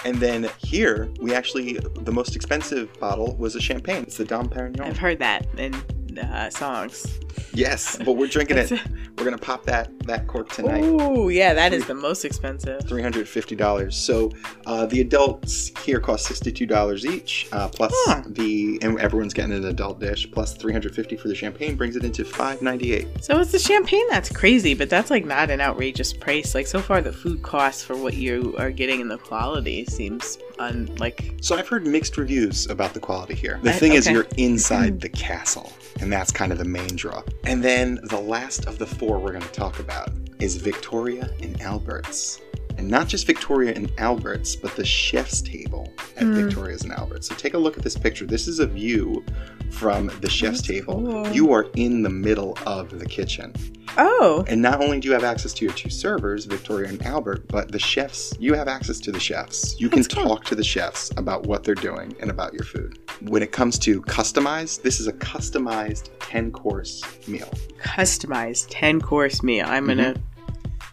[SPEAKER 1] And then here, we actually, the most expensive bottle was a champagne. It's the Dom Perignon.
[SPEAKER 2] I've heard that in uh, songs.
[SPEAKER 1] Yes, but we're drinking it.
[SPEAKER 2] That's-
[SPEAKER 1] We're gonna pop that that cork tonight.
[SPEAKER 2] Ooh, yeah, that is the most expensive.
[SPEAKER 1] Three hundred fifty dollars. So uh, the adults here cost sixty-two dollars each, uh, plus
[SPEAKER 2] Huh.
[SPEAKER 1] the and everyone's getting an adult dish. Plus three hundred fifty for the champagne brings it into five ninety-eight.
[SPEAKER 2] So it's the champagne that's crazy, but that's like not an outrageous price. Like so far, the food cost for what you are getting and the quality seems un like
[SPEAKER 1] So I've heard mixed reviews about the quality here. The
[SPEAKER 2] I-
[SPEAKER 1] thing is,
[SPEAKER 2] okay.
[SPEAKER 1] you're inside the castle, and that's kind of the main draw. And then the last of the four we're going to talk about is Victoria and Albert's. And not just Victoria and Albert's, but the chef's table at
[SPEAKER 2] Hmm.
[SPEAKER 1] Victoria's and Albert's. So take a look at this picture. This is a view from the chef's
[SPEAKER 2] That's
[SPEAKER 1] table.
[SPEAKER 2] cool.
[SPEAKER 1] You are in the middle of the kitchen.
[SPEAKER 2] oh
[SPEAKER 1] And not only do you have access to your two servers, Victoria and Albert, but the chefs, you have access to the chefs. You can
[SPEAKER 2] That's cool.
[SPEAKER 1] talk to the chefs about what they're doing and about your food. When it comes to customized, this is a customized 10 course meal.
[SPEAKER 2] customized ten course meal. I'm gonna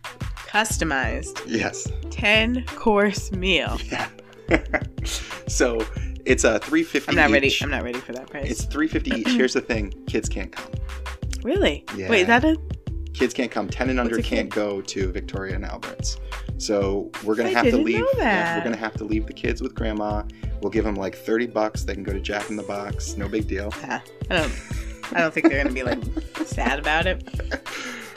[SPEAKER 1] Mm-hmm.
[SPEAKER 2] customized
[SPEAKER 1] Yes.
[SPEAKER 2] ten course meal.
[SPEAKER 1] Yeah. so it's a 350
[SPEAKER 2] I'm not ready.
[SPEAKER 1] each.
[SPEAKER 2] I'm not ready for that price.
[SPEAKER 1] It's 350 each. Here's the thing kids can't come.
[SPEAKER 2] really?
[SPEAKER 1] Yeah.
[SPEAKER 2] Wait, is that a
[SPEAKER 1] Kids can't come. 10 and
[SPEAKER 2] What's
[SPEAKER 1] under
[SPEAKER 2] a kid?
[SPEAKER 1] can't go to Victoria and Albert's. So we're gonna
[SPEAKER 2] I
[SPEAKER 1] have
[SPEAKER 2] didn't
[SPEAKER 1] to leave.
[SPEAKER 2] know
[SPEAKER 1] yeah, we're
[SPEAKER 2] that.
[SPEAKER 1] gonna have to leave the kids with grandma. We'll give them like thirty bucks. They can go to Jack in the Box. No big deal.
[SPEAKER 2] Ah, I don't. I don't think they're gonna be like sad about it.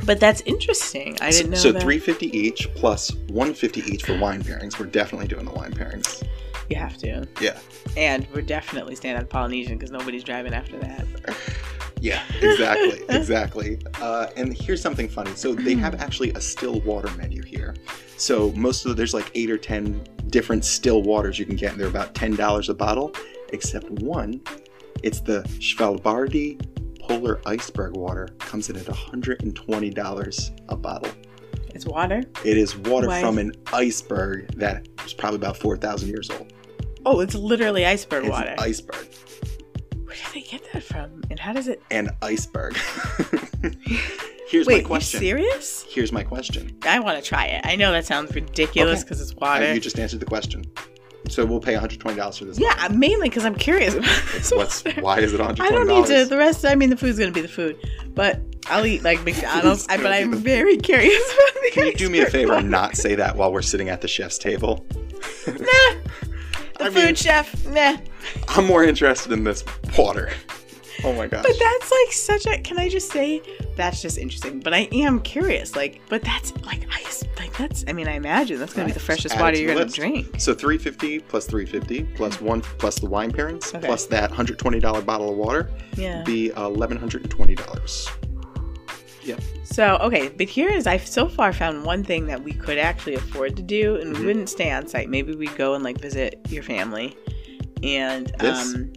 [SPEAKER 2] But that's interesting. I didn't know.
[SPEAKER 1] so
[SPEAKER 2] that.
[SPEAKER 1] three fifty each plus one fifty each for wine pairings. We're definitely doing the wine pairings.
[SPEAKER 2] You have to.
[SPEAKER 1] Yeah.
[SPEAKER 2] And we're definitely staying at the Polynesian because nobody's driving after that.
[SPEAKER 1] Yeah, exactly, exactly. Uh, and here's something funny. So they
[SPEAKER 2] Mm.
[SPEAKER 1] have actually a still water menu here. So most of the, there's like eight or ten different still waters you can get. and They're about ten dollars a bottle, except one. It's the Svalbardi Polar Iceberg Water. Comes in at $120 a bottle.
[SPEAKER 2] It's water.
[SPEAKER 1] It is water
[SPEAKER 2] Why?
[SPEAKER 1] from an iceberg that is probably about 4,000 years old.
[SPEAKER 2] Oh, it's literally iceberg
[SPEAKER 1] It's
[SPEAKER 2] water.
[SPEAKER 1] an iceberg.
[SPEAKER 2] Where did they get that from? And how does it?
[SPEAKER 1] An iceberg. Here's
[SPEAKER 2] Wait,
[SPEAKER 1] my
[SPEAKER 2] you
[SPEAKER 1] question.
[SPEAKER 2] serious?
[SPEAKER 1] Here's my question.
[SPEAKER 2] I want to try it. I know that sounds ridiculous
[SPEAKER 1] Okay.
[SPEAKER 2] because it's
[SPEAKER 1] Uh,
[SPEAKER 2] water.
[SPEAKER 1] you just answered the question. So well pay $120 for this.
[SPEAKER 2] yeah, I- mainly because I'm curious about this
[SPEAKER 1] What's
[SPEAKER 2] water.
[SPEAKER 1] why is it $120?
[SPEAKER 2] I don't need to. The rest, I mean, the food's gonna be the food, but I'll eat like McDonald's. I, but
[SPEAKER 1] gonna be
[SPEAKER 2] I'm
[SPEAKER 1] the
[SPEAKER 2] very curious about the.
[SPEAKER 1] Can you do me a
[SPEAKER 2] iceberg
[SPEAKER 1] favor
[SPEAKER 2] water.
[SPEAKER 1] and not say that while we're sitting at the chef's table?
[SPEAKER 2] Nah, the
[SPEAKER 1] I
[SPEAKER 2] food
[SPEAKER 1] mean-
[SPEAKER 2] chef. Nah,
[SPEAKER 1] I'm more interested in this water. Oh my gosh.
[SPEAKER 2] but that's like such a. Can I just say that's just interesting? But I am curious. Like, but that's like ice. Like that's. I mean, I imagine that's gonna be
[SPEAKER 1] Right,
[SPEAKER 2] the
[SPEAKER 1] just
[SPEAKER 2] freshest
[SPEAKER 1] add it
[SPEAKER 2] water
[SPEAKER 1] to
[SPEAKER 2] you're
[SPEAKER 1] the
[SPEAKER 2] gonna
[SPEAKER 1] list.
[SPEAKER 2] drink.
[SPEAKER 1] so 350 plus 350 plus one plus the wine pairings
[SPEAKER 2] Okay.
[SPEAKER 1] plus that $120 bottle of water
[SPEAKER 2] Yeah.
[SPEAKER 1] be $1120.
[SPEAKER 2] So okay, but here is I've so far found one thing that we could actually afford to do, and
[SPEAKER 1] Mhm.
[SPEAKER 2] we wouldn't stay on site. Maybe we'd go and like visit your family, and
[SPEAKER 1] This?
[SPEAKER 2] um,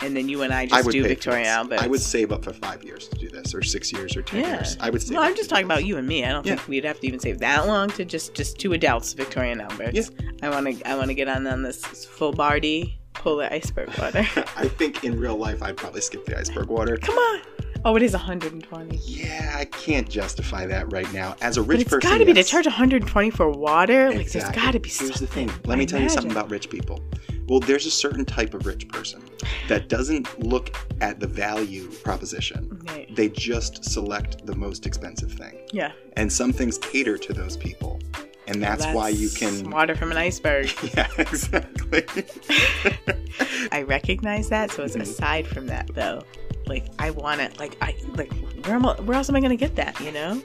[SPEAKER 2] and then you and I
[SPEAKER 1] I
[SPEAKER 2] just
[SPEAKER 1] would
[SPEAKER 2] do
[SPEAKER 1] pay for
[SPEAKER 2] Victoria
[SPEAKER 1] this.
[SPEAKER 2] Albert.
[SPEAKER 1] I would save up for 5 years to do this or 6 years or 10
[SPEAKER 2] Yeah.
[SPEAKER 1] years. I would save
[SPEAKER 2] No,
[SPEAKER 1] up
[SPEAKER 2] I'm
[SPEAKER 1] to
[SPEAKER 2] just
[SPEAKER 1] do
[SPEAKER 2] talking
[SPEAKER 1] this.
[SPEAKER 2] about you and me. I don't think we'd have to even save that long to just just two adults, Victoria and Albert.
[SPEAKER 1] Yeah.
[SPEAKER 2] I want to I want to get on on this full bardi polar iceberg water.
[SPEAKER 1] I think in real life I'd probably skip the iceberg water.
[SPEAKER 2] Come on. Oh, it is 120.
[SPEAKER 1] Yeah, I can't justify that right now. As a
[SPEAKER 2] But
[SPEAKER 1] rich
[SPEAKER 2] it's
[SPEAKER 1] person,
[SPEAKER 2] got to be to
[SPEAKER 1] yes.
[SPEAKER 2] charge 120 for water. Like there's
[SPEAKER 1] Exactly.
[SPEAKER 2] got to be
[SPEAKER 1] Here's the
[SPEAKER 2] something.
[SPEAKER 1] thing. Let me
[SPEAKER 2] I
[SPEAKER 1] tell you something
[SPEAKER 2] imagine.
[SPEAKER 1] about rich people. Well, there's a certain type of rich person that doesn't look at the value proposition.
[SPEAKER 2] Right.
[SPEAKER 1] They just select the most expensive thing.
[SPEAKER 2] Yeah.
[SPEAKER 1] And some things cater to those people. And that's, why you can
[SPEAKER 2] water from an iceberg.
[SPEAKER 1] Yeah, exactly.
[SPEAKER 2] I recognize that. So it's
[SPEAKER 1] Mhm.
[SPEAKER 2] aside from that though, like I want it. Like I like where am I, where else am I gonna get that? You know,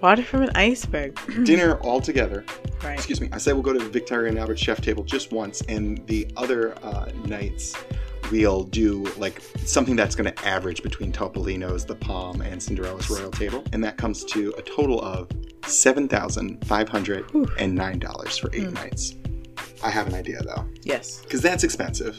[SPEAKER 2] water from an iceberg.
[SPEAKER 1] Dinner all together.
[SPEAKER 2] right.
[SPEAKER 1] Excuse me. I said we'll go to Victoria and Albert chef table just once and the other uh, nights we'll do like something that's going to average between Topolino's The Palm and Cinderella's Royal Table, and that comes to a total of seven thousand five hundred and nine dollars for eight
[SPEAKER 2] Mm.
[SPEAKER 1] nights. I have an idea though,
[SPEAKER 2] Yes.
[SPEAKER 1] because that's expensive,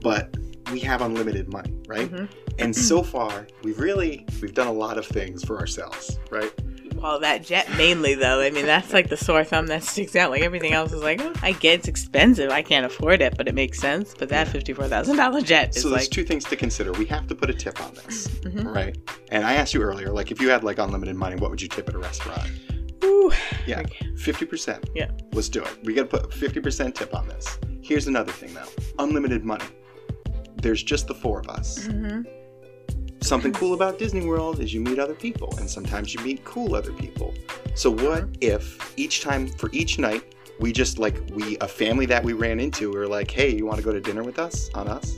[SPEAKER 1] but we have unlimited money, right?
[SPEAKER 2] Mhm.
[SPEAKER 1] And so far, we've really we've done a lot of things for ourselves, right?
[SPEAKER 2] Well, that jet mainly though. I mean, that's like the sore thumb that sticks out. Like everything else is like, oh, I get it's expensive. I can't afford it, but it makes sense. But that fifty-four thousand dollar jet is
[SPEAKER 1] so there's
[SPEAKER 2] like,
[SPEAKER 1] two things to consider. We have to put a tip on this,
[SPEAKER 2] Mhm.
[SPEAKER 1] right? And I asked you earlier, like if you had like unlimited money, what would you tip at a restaurant?
[SPEAKER 2] Ooh.
[SPEAKER 1] Yeah,
[SPEAKER 2] Okay.
[SPEAKER 1] fifty percent.
[SPEAKER 2] Yeah.
[SPEAKER 1] let's do it. We got to put fifty percent tip on this. Here's another thing though: unlimited money. There's just the four of us.
[SPEAKER 2] Mhm.
[SPEAKER 1] Something cool about Disney World is you meet other people, and sometimes you meet cool other people. So
[SPEAKER 2] Mm-hmm.
[SPEAKER 1] what if each time for each night we just like we a family that we ran into, we were like, hey, you want to go to dinner with us on us?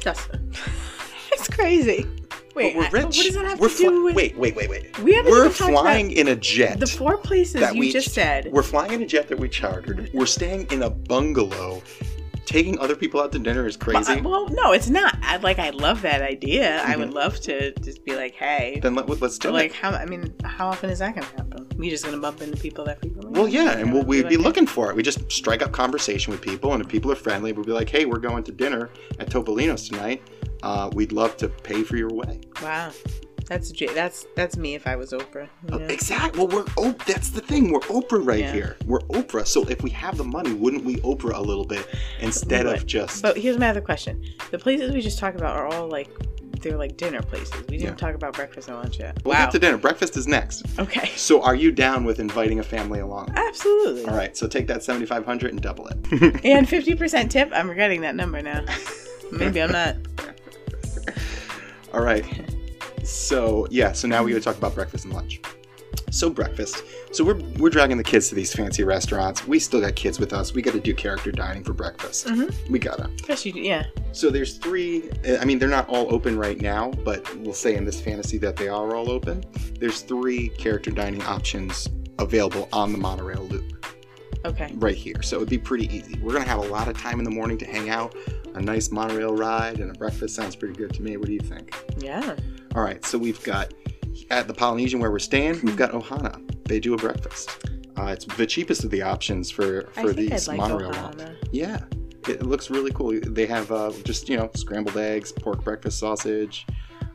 [SPEAKER 2] Justin, it's crazy. Wait,
[SPEAKER 1] but we're
[SPEAKER 2] I-
[SPEAKER 1] rich.
[SPEAKER 2] what does that have
[SPEAKER 1] we're
[SPEAKER 2] to do
[SPEAKER 1] fly-
[SPEAKER 2] with?
[SPEAKER 1] Wait, wait, wait, wait.
[SPEAKER 2] we haven't
[SPEAKER 1] We're
[SPEAKER 2] even talked about
[SPEAKER 1] flying in a jet.
[SPEAKER 2] the four places
[SPEAKER 1] that
[SPEAKER 2] you
[SPEAKER 1] we-
[SPEAKER 2] just said.
[SPEAKER 1] We're flying in a jet that we chartered. We're staying in a bungalow. Taking other people out to dinner is
[SPEAKER 2] But I-
[SPEAKER 1] crazy.
[SPEAKER 2] well, no, it's not. I, like I love that idea. I would love to just be like, hey,
[SPEAKER 1] Then let, let's do
[SPEAKER 2] But, like
[SPEAKER 1] it.
[SPEAKER 2] how? I mean, how often is that going to happen? We just going to bump into people that frequently?
[SPEAKER 1] Well, yeah, and we'll, we'd be
[SPEAKER 2] like,
[SPEAKER 1] looking for it. We just strike up conversation with people, and if people are friendly, we'll be like, "Hey, we're going to dinner at Topolino's tonight. Uh, we'd love to pay for your way."
[SPEAKER 2] Wow, that's J- that's that's me if I was Oprah. you
[SPEAKER 1] Oh,
[SPEAKER 2] know?
[SPEAKER 1] Exactly. Well, we're oh, that's the thing. We're Oprah right
[SPEAKER 2] Yeah.
[SPEAKER 1] here. We're Oprah. So if we have the money, wouldn't we Oprah a little bit instead of
[SPEAKER 2] would.
[SPEAKER 1] just
[SPEAKER 2] But here's my other question: the places we just talked about are all like they're like dinner places. We didn't
[SPEAKER 1] Yeah.
[SPEAKER 2] talk about breakfast and lunch yet.
[SPEAKER 1] We'll
[SPEAKER 2] wow.
[SPEAKER 1] get to dinner. Breakfast is next.
[SPEAKER 2] okay.
[SPEAKER 1] So are you down with inviting a family along?
[SPEAKER 2] Absolutely.
[SPEAKER 1] All right, so take that 7500 and double it.
[SPEAKER 2] And fifty percent tip. I'm regretting that number now. Maybe I'm not.
[SPEAKER 1] All right. So, yeah, so now we got to talk about breakfast and lunch. So breakfast. So we're we're dragging the kids to these fancy restaurants. We still got kids with us. We got to do character dining for breakfast.
[SPEAKER 2] Mhm.
[SPEAKER 1] We got to.
[SPEAKER 2] Especially, yeah.
[SPEAKER 1] So there's three eh, I mean they're not all open right now, but we'll say in this fantasy that they are all open. There's three character dining options available on the monorail loop.
[SPEAKER 2] Okay.
[SPEAKER 1] right here. So it'd be pretty easy. We're gonna have a lot of time in the morning to hang out. A nice monorail ride and a breakfast sounds pretty good to me. What do you think?
[SPEAKER 2] Yeah.
[SPEAKER 1] All right, so we've got at the Polynesian where we're staying, we've got Ohana. They do a breakfast. Uh, it's the cheapest of the options for
[SPEAKER 2] I
[SPEAKER 1] for
[SPEAKER 2] think
[SPEAKER 1] these
[SPEAKER 2] I'd like
[SPEAKER 1] monorail lines.
[SPEAKER 2] Ohana.
[SPEAKER 1] Yeah, it looks really cool. They have uh, just you know scrambled eggs, pork breakfast sausage.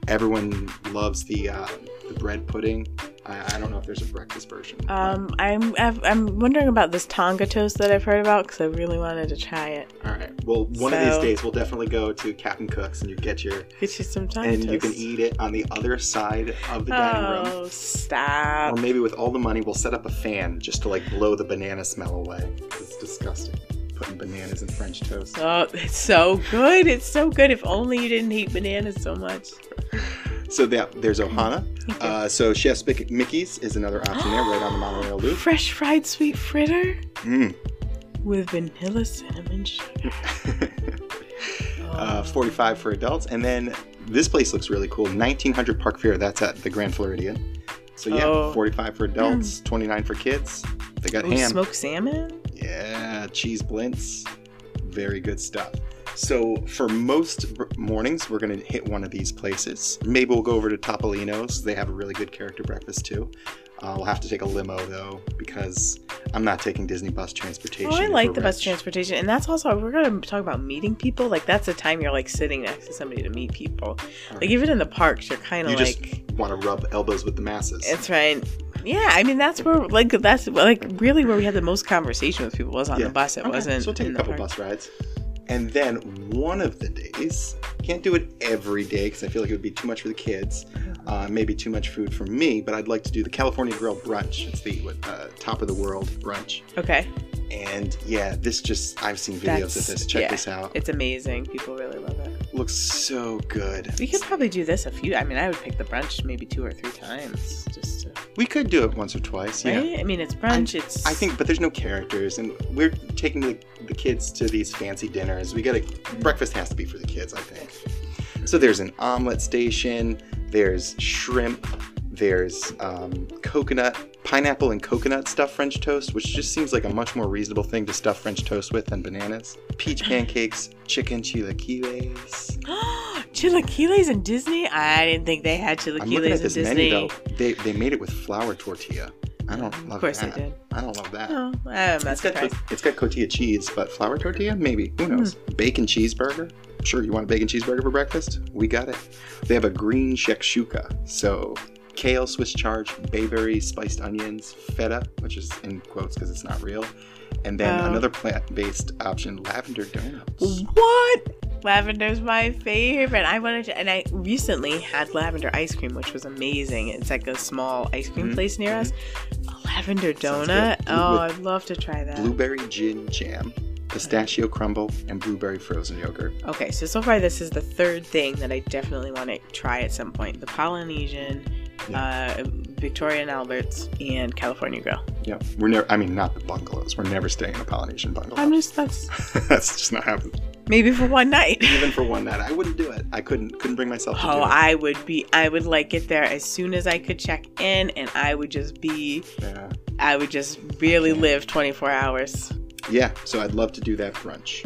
[SPEAKER 1] Everyone loves the uh, the bread pudding. I, I don't know if there's a breakfast version.
[SPEAKER 2] Um, I'm I've, I'm wondering about this Tonga toast that I've heard about because I really wanted to try it.
[SPEAKER 1] All right. Well, one of these
[SPEAKER 2] So-
[SPEAKER 1] days we'll definitely go to Captain Cook's and you get your
[SPEAKER 2] Get you some Tonga
[SPEAKER 1] and
[SPEAKER 2] toast.
[SPEAKER 1] you can eat it on the other side of the dining room. Um,
[SPEAKER 2] Oh,
[SPEAKER 1] Or
[SPEAKER 2] stop!
[SPEAKER 1] maybe with all the money, we'll set up a fan just to like blow the banana smell away. It's disgusting. Putting bananas in French toast.
[SPEAKER 2] Oh, it's so good! It's so good. If only you didn't hate bananas so much.
[SPEAKER 1] So that, there's Ohana.
[SPEAKER 2] Thank you.
[SPEAKER 1] Uh, so Chef's Mic- Mickey's is another option there, right on the monorail loop.
[SPEAKER 2] Fresh fried sweet fritter
[SPEAKER 1] Mm.
[SPEAKER 2] with vanilla cinnamon Oh. sugar.
[SPEAKER 1] Mm. uh, 45 for adults. And then this place looks really cool. 1900 Park Fair. That's at the Grand Floridian. So yeah,
[SPEAKER 2] Oh.
[SPEAKER 1] 45 for adults, 29 for kids. They got
[SPEAKER 2] Ooh,
[SPEAKER 1] ham.
[SPEAKER 2] smoked salmon.
[SPEAKER 1] Yeah, cheese blintz. Very good stuff. So for most r- mornings, we're gonna hit one of these places. Maybe we'll go over to Topolino's. They have a really good character breakfast too. Uh, we'll have to take a limo though because I'm not taking Disney bus transportation.
[SPEAKER 2] Oh, I
[SPEAKER 1] if
[SPEAKER 2] like
[SPEAKER 1] we're
[SPEAKER 2] the bus
[SPEAKER 1] rich.
[SPEAKER 2] transportation, and that's also we're gonna talk about meeting people. Like that's the time you're like sitting next to somebody to meet people.
[SPEAKER 1] Alright.
[SPEAKER 2] Like even in the parks, you're kind
[SPEAKER 1] You
[SPEAKER 2] of
[SPEAKER 1] just
[SPEAKER 2] like.
[SPEAKER 1] want to rub elbows with the masses.
[SPEAKER 2] That's right. Yeah, I mean that's where like that's like really where we had the most conversation with people was on
[SPEAKER 1] Yeah.
[SPEAKER 2] the bus. It
[SPEAKER 1] Okay,
[SPEAKER 2] wasn't
[SPEAKER 1] So we'll take a
[SPEAKER 2] in the
[SPEAKER 1] couple
[SPEAKER 2] park.
[SPEAKER 1] bus rides, and then one of the days can't do it every day because I feel like it would be too much for the kids,
[SPEAKER 2] Mm-hmm.
[SPEAKER 1] uh, maybe too much food for me. But I'd like to do the California Grill brunch. It's the what, uh, top of the world brunch,
[SPEAKER 2] Okay,
[SPEAKER 1] and yeah, this just I've seen videos of
[SPEAKER 2] That's-
[SPEAKER 1] this. Check
[SPEAKER 2] yeah.
[SPEAKER 1] this out. It
[SPEAKER 2] it's amazing. People really love it.
[SPEAKER 1] looks so good.
[SPEAKER 2] We could probably do this a few. I mean, I would pick the brunch maybe two or three times just to.
[SPEAKER 1] We could do it once or twice. Yeah.
[SPEAKER 2] Right? I mean, it's brunch. it's.
[SPEAKER 1] I think, but there's no characters, and we're taking the, the kids to these fancy dinners. We gotta, breakfast has to be for the kids, I think. So there's an omelet station, there's shrimp, There's um, coconut, pineapple, and coconut stuffed French toast, which just seems like a much more reasonable thing to stuff French toast with than bananas. Peach pancakes, chicken chilaquiles.
[SPEAKER 2] chilaquiles in Disney? I didn't think they had chilaquiles
[SPEAKER 1] I'm looking at
[SPEAKER 2] in
[SPEAKER 1] this
[SPEAKER 2] Disney.
[SPEAKER 1] menu though. They they made it with flour tortilla. I don't love
[SPEAKER 2] of course
[SPEAKER 1] that.
[SPEAKER 2] they did.
[SPEAKER 1] I don't love that.
[SPEAKER 2] Oh, I'm not
[SPEAKER 1] It's got,
[SPEAKER 2] surprised.
[SPEAKER 1] cot- it's got cotija cheese, but flour tortilla? Maybe.
[SPEAKER 2] Hmm.
[SPEAKER 1] Who knows? Bacon cheeseburger? Sure, you want a bacon cheeseburger for breakfast? We got it. They have a green shakshuka. So, kale, Swiss chard, bayberry, spiced onions, feta, which is in quotes because it's not real. And then
[SPEAKER 2] Oh.
[SPEAKER 1] another plant based option, lavender donuts.
[SPEAKER 2] What? Lavender's my favorite. I wanted to, and I recently had lavender ice cream, which was amazing. It's like a small ice cream
[SPEAKER 1] Mhm,
[SPEAKER 2] place near us. A lavender
[SPEAKER 1] Sounds
[SPEAKER 2] donut.
[SPEAKER 1] good. Blue
[SPEAKER 2] Oh,
[SPEAKER 1] with
[SPEAKER 2] I'd love to try that.
[SPEAKER 1] Blueberry gin jam, pistachio crumble, and blueberry frozen yogurt.
[SPEAKER 2] Okay, so so far this is the third thing that I definitely want to try at some point: the Polynesian, uh, Victoria and Albert's, and California Grill.
[SPEAKER 1] Yeah, we're never, I mean, not the bungalows. We're never staying in a Polynesian bungalow.
[SPEAKER 2] I'm just that's
[SPEAKER 1] That's just not happening.
[SPEAKER 2] maybe for one night.
[SPEAKER 1] even for one night. I wouldn't do it. I couldn't couldn't bring myself to
[SPEAKER 2] Oh,
[SPEAKER 1] do it.
[SPEAKER 2] I would be. I would like get there as soon as I could check in, and I would just be.
[SPEAKER 1] Yeah.
[SPEAKER 2] I would just really
[SPEAKER 1] Okay.
[SPEAKER 2] live 24 hours.
[SPEAKER 1] yeah, so I'd love to do that brunch.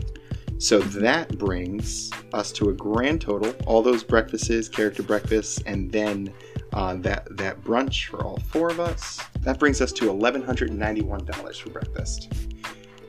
[SPEAKER 1] So that brings us to a grand total, all those breakfasts, character breakfasts, and then uh, that that brunch for all four of us. That brings us to eleven hundred and ninety-one dollars for breakfast.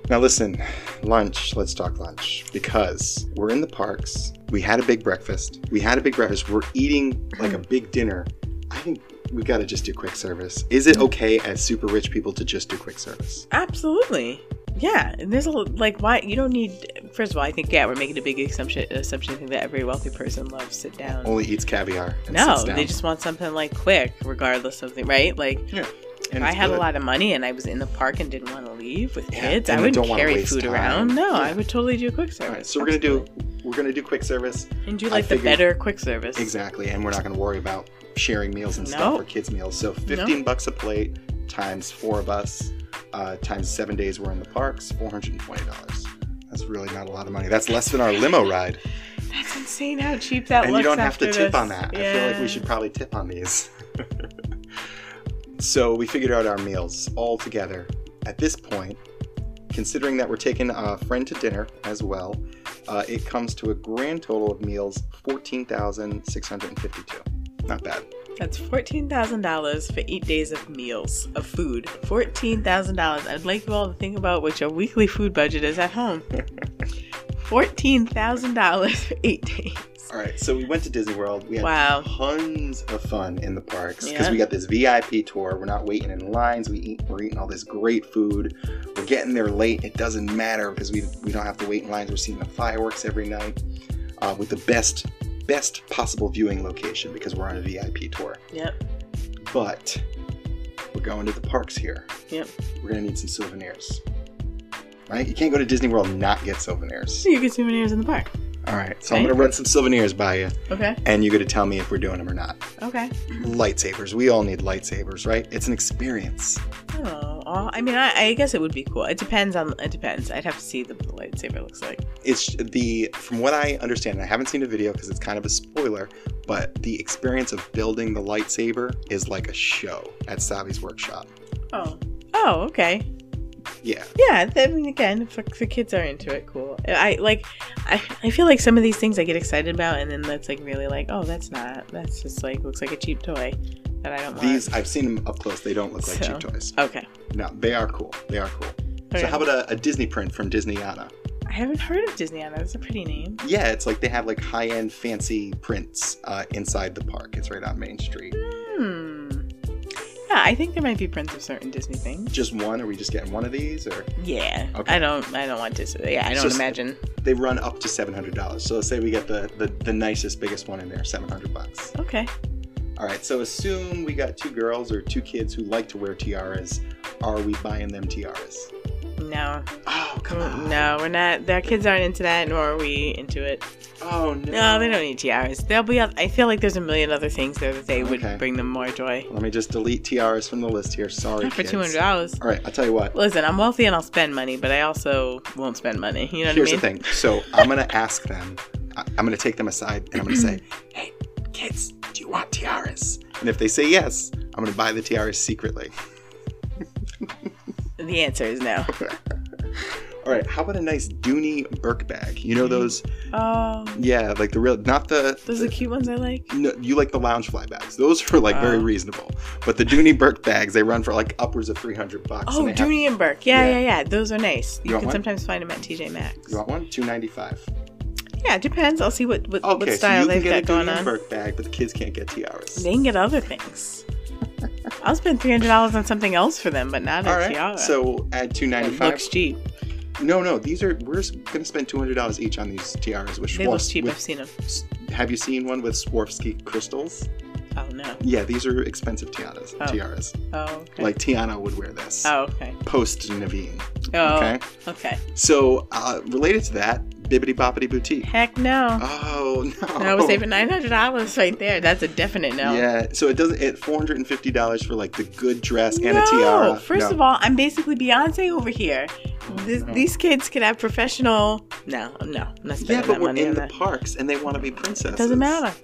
[SPEAKER 1] Now listen, lunch. Let's talk lunch because we're in the parks. We had a big breakfast. We had a big breakfast. We're eating like a big dinner. I think we got to just do quick service. Is it okay as super rich people to just do quick service?
[SPEAKER 2] Absolutely. Yeah, and there's a l- like why you don't need. First of all, I think yeah, we're making a big assumption assumption I think that every wealthy person loves sit down.
[SPEAKER 1] only eats caviar. And
[SPEAKER 2] no,
[SPEAKER 1] sits Oh, down.
[SPEAKER 2] they just want something like quick, regardless of the right. Like if
[SPEAKER 1] And
[SPEAKER 2] I
[SPEAKER 1] it's
[SPEAKER 2] had a
[SPEAKER 1] good.
[SPEAKER 2] lot of money and I was in the park and didn't want to leave with
[SPEAKER 1] Yeah,
[SPEAKER 2] kids,
[SPEAKER 1] and
[SPEAKER 2] I
[SPEAKER 1] they
[SPEAKER 2] wouldn't
[SPEAKER 1] don't wanna
[SPEAKER 2] carry
[SPEAKER 1] waste
[SPEAKER 2] food
[SPEAKER 1] time.
[SPEAKER 2] around. No,
[SPEAKER 1] Yeah.
[SPEAKER 2] I would totally do quick
[SPEAKER 1] All
[SPEAKER 2] service.
[SPEAKER 1] right, so we're gonna do we're gonna do quick service
[SPEAKER 2] and do
[SPEAKER 1] I
[SPEAKER 2] like the
[SPEAKER 1] figured-
[SPEAKER 2] better quick service.
[SPEAKER 1] exactly, and we're not gonna worry about sharing meals and
[SPEAKER 2] No.
[SPEAKER 1] stuff or kids meals. So fifteen bucks a plate times four of us uh, times seven days we're in the parks, four hundred and twenty dollars. That's really not a lot of money. That's less than our limo ride,
[SPEAKER 2] That's insane how cheap that
[SPEAKER 1] and
[SPEAKER 2] looks.
[SPEAKER 1] you don't have to
[SPEAKER 2] after
[SPEAKER 1] tip
[SPEAKER 2] this.
[SPEAKER 1] on that. I feel like
[SPEAKER 2] Yeah.
[SPEAKER 1] we should probably tip on these. so we figured out our meals all together. At this point, considering that we're taking a friend to dinner as well, uh, it comes to a grand total of meals fourteen thousand six hundred and fifty-two. Not bad.
[SPEAKER 2] That's fourteen thousand dollars for eight days of meals of food. Fourteen thousand dollars. I'd like you all to think about what your weekly food budget is at home. fourteen thousand dollars for eight days.
[SPEAKER 1] All right, so we went to Disney World. We had
[SPEAKER 2] Wow.
[SPEAKER 1] tons of fun in the parks because
[SPEAKER 2] Yeah.
[SPEAKER 1] we got this VIP tour. We're not waiting in lines. We eat, we're eating all this great food. We're getting there late. It doesn't matter because we, we don't have to wait in lines. We're seeing the fireworks every night uh, with the best best possible viewing location because we're on a VIP tour.
[SPEAKER 2] Yep.
[SPEAKER 1] But we're going to the parks here.
[SPEAKER 2] Yep.
[SPEAKER 1] We're gonna need some souvenirs. Right? You can't go to Disney World and not get souvenirs.
[SPEAKER 2] So you get souvenirs in the park.
[SPEAKER 1] All right. So I'm
[SPEAKER 2] Okay.
[SPEAKER 1] gonna run some souvenirs by you,
[SPEAKER 2] Okay.
[SPEAKER 1] and you're gonna tell me if we're doing them or not
[SPEAKER 2] Okay.
[SPEAKER 1] lightsabers. We all need lightsabers, right? It's an experience.
[SPEAKER 2] Oh, aw- I mean, I, I guess it would be cool. It depends on. It depends. I'd have to see what the lightsaber looks like.
[SPEAKER 1] It's the from what I understand, and I haven't seen a video because it's kind of a spoiler, but the experience of building the lightsaber is like a show at Sabi's workshop.
[SPEAKER 2] Oh. Oh, okay.
[SPEAKER 1] Yeah.
[SPEAKER 2] Yeah, I mean, again, if the kids are into it, cool. I like, I, I feel like some of these things I get excited about, and then that's like really like, oh, that's not. That's just like looks like a cheap toy that I don't want.
[SPEAKER 1] These I've seen them up close. They don't look like
[SPEAKER 2] So-
[SPEAKER 1] cheap toys.
[SPEAKER 2] Okay.
[SPEAKER 1] No, they are cool. They are cool. So
[SPEAKER 2] Okay.
[SPEAKER 1] how about a, a Disney print from Disneyana?
[SPEAKER 2] I haven't heard of Disneyana. That's a pretty name.
[SPEAKER 1] Yeah, it's like they have like high-end fancy prints uh, inside the park. It's right on Main Street.
[SPEAKER 2] Hmm. Yeah, I think there might be prints of certain Disney things.
[SPEAKER 1] Just one? Are we just getting one of these? Or
[SPEAKER 2] Yeah.
[SPEAKER 1] Okay.
[SPEAKER 2] I don't. I don't want Disney. Yeah, I don't
[SPEAKER 1] Just-
[SPEAKER 2] imagine.
[SPEAKER 1] they run up to seven hundred dollars. So let's say we get the, the the nicest, biggest one in there, seven hundred bucks.
[SPEAKER 2] Okay.
[SPEAKER 1] All right. So assume we got two girls or two kids who like to wear tiaras. Are we buying them tiaras?
[SPEAKER 2] No. Mm,
[SPEAKER 1] Oh come on.
[SPEAKER 2] No, we're not. Their kids aren't into that, nor are we into it.
[SPEAKER 1] Oh no.
[SPEAKER 2] No, they don't need tiaras. They'll be. I feel like there's a million other things there that they would
[SPEAKER 1] Okay.
[SPEAKER 2] bring them more joy.
[SPEAKER 1] Let me just delete tiaras from the list here. Sorry.
[SPEAKER 2] Not for
[SPEAKER 1] kids.
[SPEAKER 2] two hundred dollars.
[SPEAKER 1] All right. I'll tell you what.
[SPEAKER 2] Listen, I'm wealthy and I'll spend money, but I also won't spend money. You know
[SPEAKER 1] Here's
[SPEAKER 2] what I
[SPEAKER 1] the
[SPEAKER 2] mean?
[SPEAKER 1] thing. So I'm gonna ask them. I- I'm gonna take them aside and I'm gonna say, Hey, kids, do you want tiaras? And if they say yes, I'm going to buy the tiara secretly.
[SPEAKER 2] The answer is no.
[SPEAKER 1] All right, how about a nice Dooney Burke bag? You
[SPEAKER 2] Mm-hmm.
[SPEAKER 1] know those?
[SPEAKER 2] Oh,
[SPEAKER 1] Yeah, like the real, not the.
[SPEAKER 2] those are the cute ones I like.
[SPEAKER 1] No, you like the lounge fly bags. Those are like very
[SPEAKER 2] Oh.
[SPEAKER 1] reasonable. But the Dooney Burke bags, they run for like upwards of 300 bucks.
[SPEAKER 2] Oh,
[SPEAKER 1] and they have-
[SPEAKER 2] Dooney and Burke. Yeah,
[SPEAKER 1] Yeah.
[SPEAKER 2] yeah, yeah, Those are nice. You,
[SPEAKER 1] want
[SPEAKER 2] can
[SPEAKER 1] one?
[SPEAKER 2] sometimes find them at TJ Maxx.
[SPEAKER 1] You want one? 295.
[SPEAKER 2] Yeah, it depends. I'll see what what, what
[SPEAKER 1] Okay,
[SPEAKER 2] style
[SPEAKER 1] so you
[SPEAKER 2] they've
[SPEAKER 1] can get
[SPEAKER 2] got
[SPEAKER 1] a
[SPEAKER 2] going
[SPEAKER 1] Dooney
[SPEAKER 2] on.
[SPEAKER 1] Burke bag, but the kids can't get tiaras.
[SPEAKER 2] They can get other things. I'll spend three hundred dollars on something else for them, but not
[SPEAKER 1] All
[SPEAKER 2] a
[SPEAKER 1] right.
[SPEAKER 2] tiara.
[SPEAKER 1] So at
[SPEAKER 2] it
[SPEAKER 1] 295.
[SPEAKER 2] looks cheap.
[SPEAKER 1] No, no, these are we're going to spend $200 each on these tiaras with
[SPEAKER 2] They
[SPEAKER 1] Swarovski-
[SPEAKER 2] look cheap. I've
[SPEAKER 1] with-
[SPEAKER 2] seen them.
[SPEAKER 1] Have you seen one with Swarovski crystals?
[SPEAKER 2] Oh no.
[SPEAKER 1] Yeah, these are expensive tiaras.
[SPEAKER 2] Oh.
[SPEAKER 1] Tiaras.
[SPEAKER 2] Oh. Okay.
[SPEAKER 1] Like Tiana would wear this.
[SPEAKER 2] Oh okay.
[SPEAKER 1] Post Naveen.
[SPEAKER 2] Oh
[SPEAKER 1] Okay.
[SPEAKER 2] okay.
[SPEAKER 1] So uh, related to that, Bibbidi Bobbidi Boutique.
[SPEAKER 2] Heck no.
[SPEAKER 1] Oh no!
[SPEAKER 2] I was saving nine hundred dollars right there. That's a definite no.
[SPEAKER 1] Yeah, so it doesn't. It four hundred and fifty dollars for like the good dress and
[SPEAKER 2] no.
[SPEAKER 1] a tiara.
[SPEAKER 2] First of all, I'm basically Beyonce over here. This,
[SPEAKER 1] no.
[SPEAKER 2] These kids can have professional. No, no, I'm not spending
[SPEAKER 1] yeah, but
[SPEAKER 2] that
[SPEAKER 1] we're
[SPEAKER 2] money
[SPEAKER 1] in
[SPEAKER 2] on
[SPEAKER 1] the
[SPEAKER 2] that.
[SPEAKER 1] parks and they want to be princesses.
[SPEAKER 2] Doesn't matter.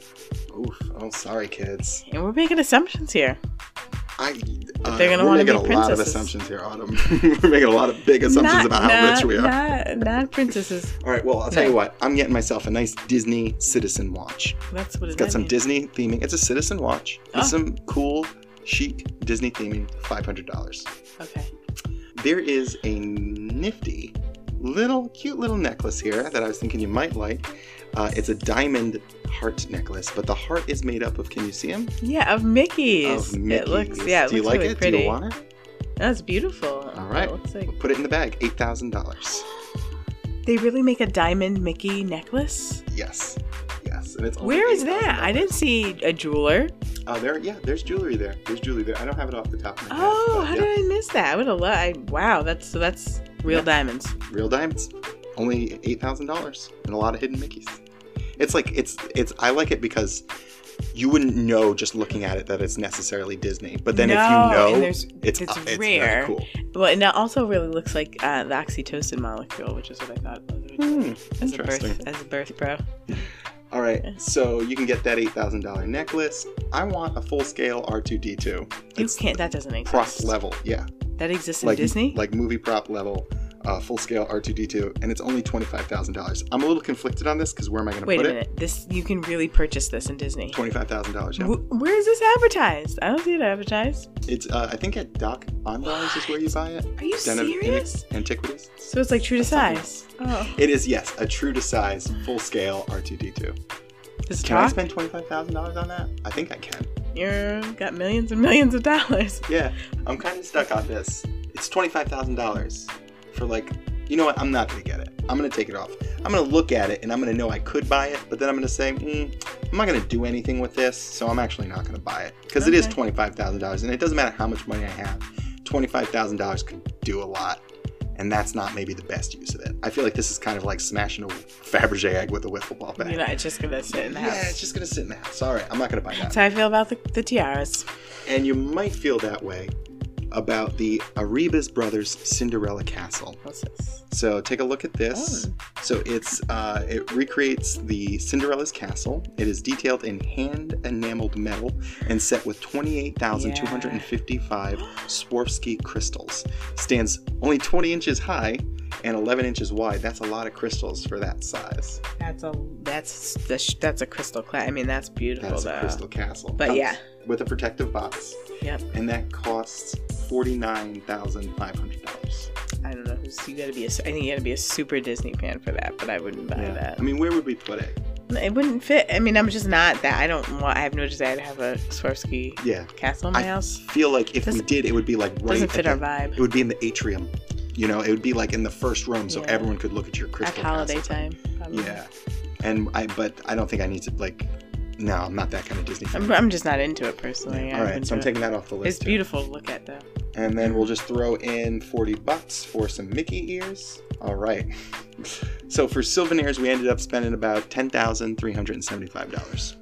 [SPEAKER 1] Oof. Oh, sorry, kids.
[SPEAKER 2] And we're making assumptions here.
[SPEAKER 1] I. Uh,
[SPEAKER 2] they're gonna
[SPEAKER 1] we're
[SPEAKER 2] wanna
[SPEAKER 1] making
[SPEAKER 2] be
[SPEAKER 1] a lot of
[SPEAKER 2] princesses.
[SPEAKER 1] assumptions here, Autumn. we're making a lot of big assumptions
[SPEAKER 2] Not-
[SPEAKER 1] about how
[SPEAKER 2] not-
[SPEAKER 1] rich we are.
[SPEAKER 2] Not, not princesses.
[SPEAKER 1] All right. Well, I'll tell
[SPEAKER 2] No.
[SPEAKER 1] you what. I'm getting myself a nice Disney Citizen watch.
[SPEAKER 2] That's what
[SPEAKER 1] It's got some
[SPEAKER 2] Disney.
[SPEAKER 1] Disney theming. It's a Citizen watch with
[SPEAKER 2] Oh.
[SPEAKER 1] some cool, chic Disney theming. Five hundred dollars.
[SPEAKER 2] Okay.
[SPEAKER 1] there is a nifty little cute little necklace here that I was thinking you might like. Uh, it's a diamond heart necklace, but the heart is made up of can you see him?
[SPEAKER 2] Yeah, of Mickey's.
[SPEAKER 1] Of Mickey's.
[SPEAKER 2] It looks yeah, it
[SPEAKER 1] Do you
[SPEAKER 2] looks
[SPEAKER 1] like
[SPEAKER 2] really
[SPEAKER 1] it?
[SPEAKER 2] pretty.
[SPEAKER 1] Do you want it?
[SPEAKER 2] That's beautiful.
[SPEAKER 1] All right.
[SPEAKER 2] It looks like
[SPEAKER 1] Put it in the bag. Eight thousand dollars.
[SPEAKER 2] they really make a diamond Mickey necklace.
[SPEAKER 1] Yes. Yes. And it's only
[SPEAKER 2] Where is
[SPEAKER 1] $8,000.
[SPEAKER 2] that? I didn't see a jeweler.
[SPEAKER 1] Oh, there. Yeah, there's jewelry there. There's jewelry there. I don't have it off the top of my head.
[SPEAKER 2] Oh,
[SPEAKER 1] but
[SPEAKER 2] how
[SPEAKER 1] yeah,
[SPEAKER 2] did I miss that? I would have loved. I, wow, that's so that's real
[SPEAKER 1] Yeah.
[SPEAKER 2] diamonds.
[SPEAKER 1] real diamonds. Only eight thousand dollars and a lot of hidden Mickey's. It's like it's it's I like it because you wouldn't know just looking at it that it's necessarily Disney. But then
[SPEAKER 2] No,
[SPEAKER 1] if you
[SPEAKER 2] and
[SPEAKER 1] know
[SPEAKER 2] there's-
[SPEAKER 1] it's
[SPEAKER 2] it's
[SPEAKER 1] uh, it's very
[SPEAKER 2] rare.
[SPEAKER 1] cool.
[SPEAKER 2] Well, and that also really looks like uh, the oxytocin molecule, which is what I thought was originally.
[SPEAKER 1] Hmm,
[SPEAKER 2] as a
[SPEAKER 1] interesting.
[SPEAKER 2] birth as a birth bro.
[SPEAKER 1] All right. So you can get that eight thousand dollar necklace. I want a full scale R two D two.
[SPEAKER 2] You can't. That doesn't exist.
[SPEAKER 1] prop level, yeah.
[SPEAKER 2] That exists in
[SPEAKER 1] Like
[SPEAKER 2] Disney.
[SPEAKER 1] Like movie prop level. Uh, full scale R two D two, and it's only twenty five thousand dollars. I'm a little conflicted on this because where am I going to
[SPEAKER 2] Wait a
[SPEAKER 1] put
[SPEAKER 2] minute. This you can really purchase this in Disney.
[SPEAKER 1] it? Twenty five thousand dollars. Yeah.
[SPEAKER 2] Wh- where is this advertised? I don't see it advertised.
[SPEAKER 1] It's uh, I think at Doc Ondar's is where you buy it.
[SPEAKER 2] Are you
[SPEAKER 1] Den of
[SPEAKER 2] serious?
[SPEAKER 1] Antiquities.
[SPEAKER 2] So it's like true to size. Oh,
[SPEAKER 1] It is yes, a true to size, full scale R two D two.
[SPEAKER 2] this
[SPEAKER 1] Oh. Can I
[SPEAKER 2] talk.
[SPEAKER 1] spend twenty five thousand dollars on that? I think I can.
[SPEAKER 2] You've got millions and millions of dollars.
[SPEAKER 1] Yeah, I'm kind of stuck on this. It's twenty five thousand dollars for like, you know what? I'm not gonna get it. I'm gonna take it off. I'm gonna look at it and I'm gonna know I could buy it, but then I'm gonna say, mm, I'm not gonna do anything with this, so I'm actually not gonna buy it because it is
[SPEAKER 2] Okay.
[SPEAKER 1] twenty five thousand dollars, and it doesn't matter how much money I have. Twenty five thousand dollars could do a lot. And that's not maybe the best use of it. I feel like this is kind of like smashing a Fabergé egg with a wiffle ball bat.
[SPEAKER 2] You're not just gonna sit in the
[SPEAKER 1] Yeah, it's
[SPEAKER 2] house.
[SPEAKER 1] just gonna sit in the house. All right, I'm not gonna buy that.
[SPEAKER 2] That's how I feel about the, the tiaras.
[SPEAKER 1] And you might feel that way about the Arribas Brothers Cinderella Castle.
[SPEAKER 2] What's this?
[SPEAKER 1] So take a look at this.
[SPEAKER 2] Oh.
[SPEAKER 1] So it's uh, it recreates the Cinderella's castle. It is detailed in hand enameled metal and set with 28,255 Swarovski crystals. Stands only 20 inches high and 11 inches wide. That's a lot of crystals for that size.
[SPEAKER 2] That's a that's the sh- that's a crystal class. I mean, that's beautiful
[SPEAKER 1] That's
[SPEAKER 2] though.
[SPEAKER 1] a crystal castle.
[SPEAKER 2] But
[SPEAKER 1] Comes
[SPEAKER 2] yeah.
[SPEAKER 1] with a protective box,
[SPEAKER 2] Yep.
[SPEAKER 1] and that costs forty nine thousand five hundred dollars.
[SPEAKER 2] I don't know. who's- You gotta be a. su- I think you gotta be a super Disney fan for that. But I wouldn't buy that.
[SPEAKER 1] I mean, where would we put it?
[SPEAKER 2] It wouldn't fit. I mean, I'm just not that. I don't want. I have no desire to have a Swarovski
[SPEAKER 1] Yeah,
[SPEAKER 2] castle in my
[SPEAKER 1] I-
[SPEAKER 2] house.
[SPEAKER 1] feel like if we
[SPEAKER 2] Doesn't-
[SPEAKER 1] did, it would be like right.
[SPEAKER 2] Doesn't
[SPEAKER 1] at
[SPEAKER 2] fit
[SPEAKER 1] the-
[SPEAKER 2] our vibe
[SPEAKER 1] It would be in the atrium. You know, it would be like in the first room, so
[SPEAKER 2] Yeah.
[SPEAKER 1] everyone could look at your
[SPEAKER 2] at
[SPEAKER 1] crystal.
[SPEAKER 2] holiday
[SPEAKER 1] castle.
[SPEAKER 2] time. Probably.
[SPEAKER 1] Yeah, and I but I don't think I need to like. No, I'm not that kind of Disney fan.
[SPEAKER 2] I'm, I'm just not into it personally. I
[SPEAKER 1] All right,
[SPEAKER 2] wouldn't
[SPEAKER 1] so I'm
[SPEAKER 2] do it.
[SPEAKER 1] taking that off the list.
[SPEAKER 2] It's
[SPEAKER 1] too.
[SPEAKER 2] beautiful to look at though.
[SPEAKER 1] And then we'll just throw in 40 bucks for some Mickey ears. All right. So for souvenirs, we ended up spending about $10,375.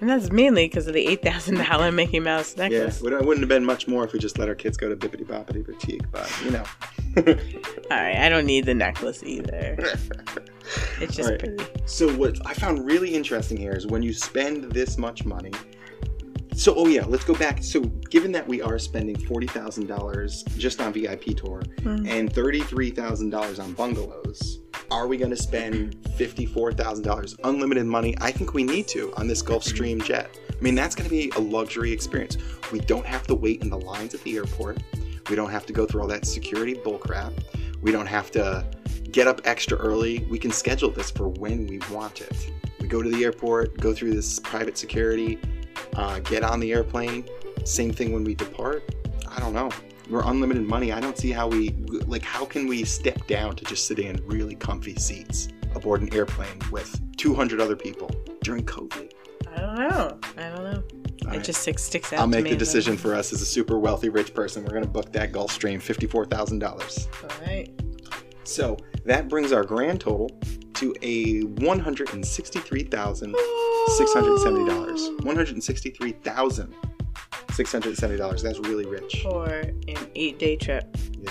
[SPEAKER 2] And that's mainly because of the eight thousand dollar Mickey Mouse
[SPEAKER 1] Yeah,
[SPEAKER 2] necklace.
[SPEAKER 1] would- it wouldn't have been much more if we just let our kids go to Bippity Boppity Boutique, but you know.
[SPEAKER 2] All right, I don't need the necklace either. It's just
[SPEAKER 1] Alright.
[SPEAKER 2] pretty.
[SPEAKER 1] So what I found really interesting here is when you spend this much money, So, oh yeah, let's go back. So, given that we are spending forty thousand dollars just on VIP tour
[SPEAKER 2] Mm.
[SPEAKER 1] and thirty-three thousand dollars on bungalows, are we going to spend fifty-four thousand dollars unlimited money? I think we need to on this Gulfstream jet. I mean, that's going to be a luxury experience. We don't have to wait in the lines at the airport. We don't have to go through all that security bullcrap. We don't have to get up extra early. We can schedule this for when we want it. We go to the airport, go through this private security, uh, get on the airplane. Same thing when we depart. I don't know. We're unlimited money. I don't see how we, like, how can we step down to just sitting in really comfy seats aboard an airplane with 200 other people during COVID?
[SPEAKER 2] I don't know. I don't know.
[SPEAKER 1] All
[SPEAKER 2] It
[SPEAKER 1] right.
[SPEAKER 2] just sticks, sticks out.
[SPEAKER 1] I'll
[SPEAKER 2] to
[SPEAKER 1] make
[SPEAKER 2] me
[SPEAKER 1] the
[SPEAKER 2] as a-
[SPEAKER 1] decision for us as a super wealthy rich person. We're going to book that Gulfstream $54,000.
[SPEAKER 2] All right.
[SPEAKER 1] So that brings our grand total to a one hundred and sixty-three thousand six hundred seventy dollars. One hundred and sixty-three thousand six hundred seventy dollars. That's really rich.
[SPEAKER 2] for an eight-day trip.
[SPEAKER 1] Yeah.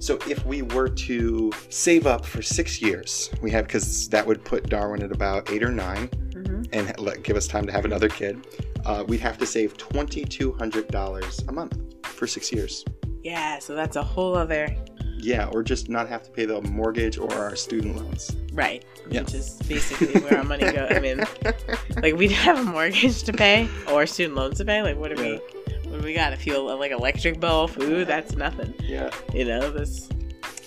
[SPEAKER 1] So if we were to save up for six years, we have because that would put Darwin at about eight or nine,
[SPEAKER 2] hmm
[SPEAKER 1] and ha- let- give us time to have another kid. Uh, we'd have to save twenty-two hundred dollars a month for six years.
[SPEAKER 2] Yeah, so that's a whole other
[SPEAKER 1] Yeah, or just not have to pay the mortgage or our student loans.
[SPEAKER 2] right,
[SPEAKER 1] Yeah.
[SPEAKER 2] which is basically where our money goes. I mean, like we'd have a mortgage to pay or student loans to pay. Like, what do
[SPEAKER 1] Yeah.
[SPEAKER 2] we? What do we got? A fuel, like electric bill, food. That's nothing.
[SPEAKER 1] Yeah.
[SPEAKER 2] You know this.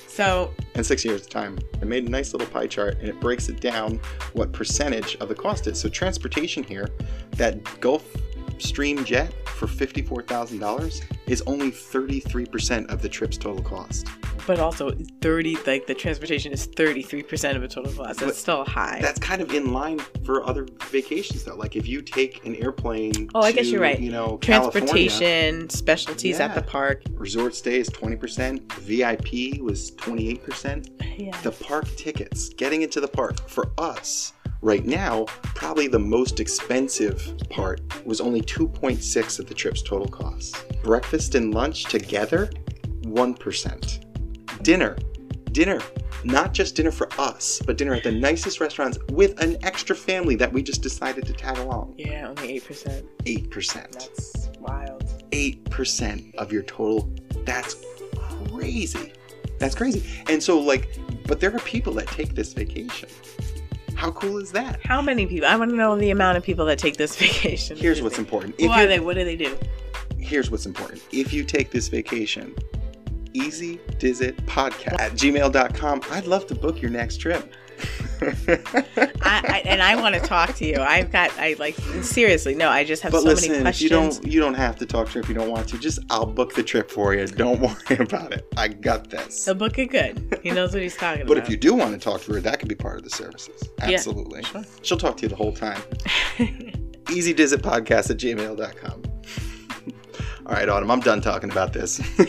[SPEAKER 2] So
[SPEAKER 1] and six years' time. I made a nice little pie chart and it breaks it down what percentage of the cost is. So transportation here, that Gulf Stream jet for $54,000 is only 33% of the trip's total cost.
[SPEAKER 2] But also, thirty like the transportation is thirty three percent of a total cost. That's
[SPEAKER 1] But
[SPEAKER 2] still high.
[SPEAKER 1] That's kind of in line for other vacations though. Like if you take an airplane
[SPEAKER 2] Oh, I
[SPEAKER 1] to,
[SPEAKER 2] guess you're right.
[SPEAKER 1] you know, California,
[SPEAKER 2] Transportation specialties at
[SPEAKER 1] Yeah.
[SPEAKER 2] the park.
[SPEAKER 1] resort stay is 20%, VIP was 28%,
[SPEAKER 2] Yeah.
[SPEAKER 1] the park tickets, getting into the park for us right now, probably the most expensive part was only 2.6 of the trip's total cost. Breakfast and lunch together, 1%. Dinner, dinner, not just dinner for us, but dinner at the nicest restaurants with an extra family that we just decided to tag along,
[SPEAKER 2] yeah, only eight percent.
[SPEAKER 1] 8%.
[SPEAKER 2] That's wild.
[SPEAKER 1] 8% of your total. That's crazy. That's crazy. And so, like, but there are people that take this vacation. How cool is that?
[SPEAKER 2] How many people? I want to know the amount of people that take this vacation.
[SPEAKER 1] Here's what's important.
[SPEAKER 2] Who
[SPEAKER 1] If
[SPEAKER 2] are
[SPEAKER 1] you,
[SPEAKER 2] they? What do they do?
[SPEAKER 1] here's what's important. If you take this vacation, easy diz it podcast at gmail.com. I'd love to book your next trip.
[SPEAKER 2] I, I and I want to talk to you. I've got. I like seriously. No, I just have
[SPEAKER 1] but
[SPEAKER 2] so many
[SPEAKER 1] listen, if you
[SPEAKER 2] questions.
[SPEAKER 1] don't you don't have to talk to her if you don't want to. Just I'll book the trip for you. Don't worry about it. I got this.
[SPEAKER 2] He'll book it good. He knows what he's talking
[SPEAKER 1] But
[SPEAKER 2] about.
[SPEAKER 1] if you do want to talk to her, that could be part of the services.
[SPEAKER 2] Yeah.
[SPEAKER 1] Absolutely. She'll talk to you the whole time. EasyDizitPodcast at gmail.com. All right, Autumn, I'm done talking about this. Are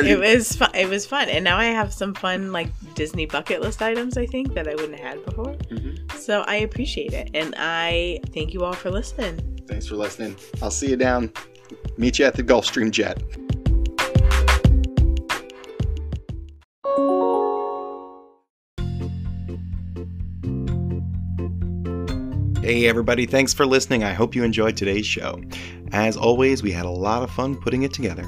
[SPEAKER 2] it
[SPEAKER 1] you-
[SPEAKER 2] was fun. It was fun, and now I have some fun like Disney bucket list items. I think that I wouldn't have had before.
[SPEAKER 1] Mhm.
[SPEAKER 2] So I appreciate it, and I thank you all for listening.
[SPEAKER 1] Thanks for listening. I'll see you down. Meet you at the Gulfstream Jet. Hey, everybody, thanks for listening. I hope you enjoyed today's show. As always, we had a lot of fun putting it together.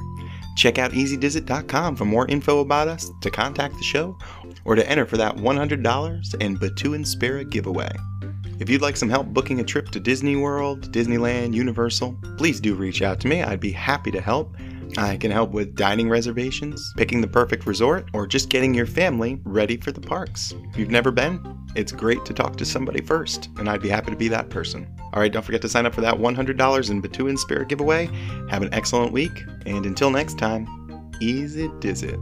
[SPEAKER 1] Check out easydizit.com for more info about us, to contact the show, or to enter for that $100 and Batu and Spira giveaway. If you'd like some help booking a trip to Disney World, Disneyland, Universal, please do reach out to me. I'd be happy to help. I can help with dining reservations, picking the perfect resort, or just getting your family ready for the parks. If you've never been, it's great to talk to somebody first, and I'd be happy to be that person. All right, don't forget to sign up for that $100 in Batu and Spirit giveaway. Have an excellent week, and until next time, easy diz it.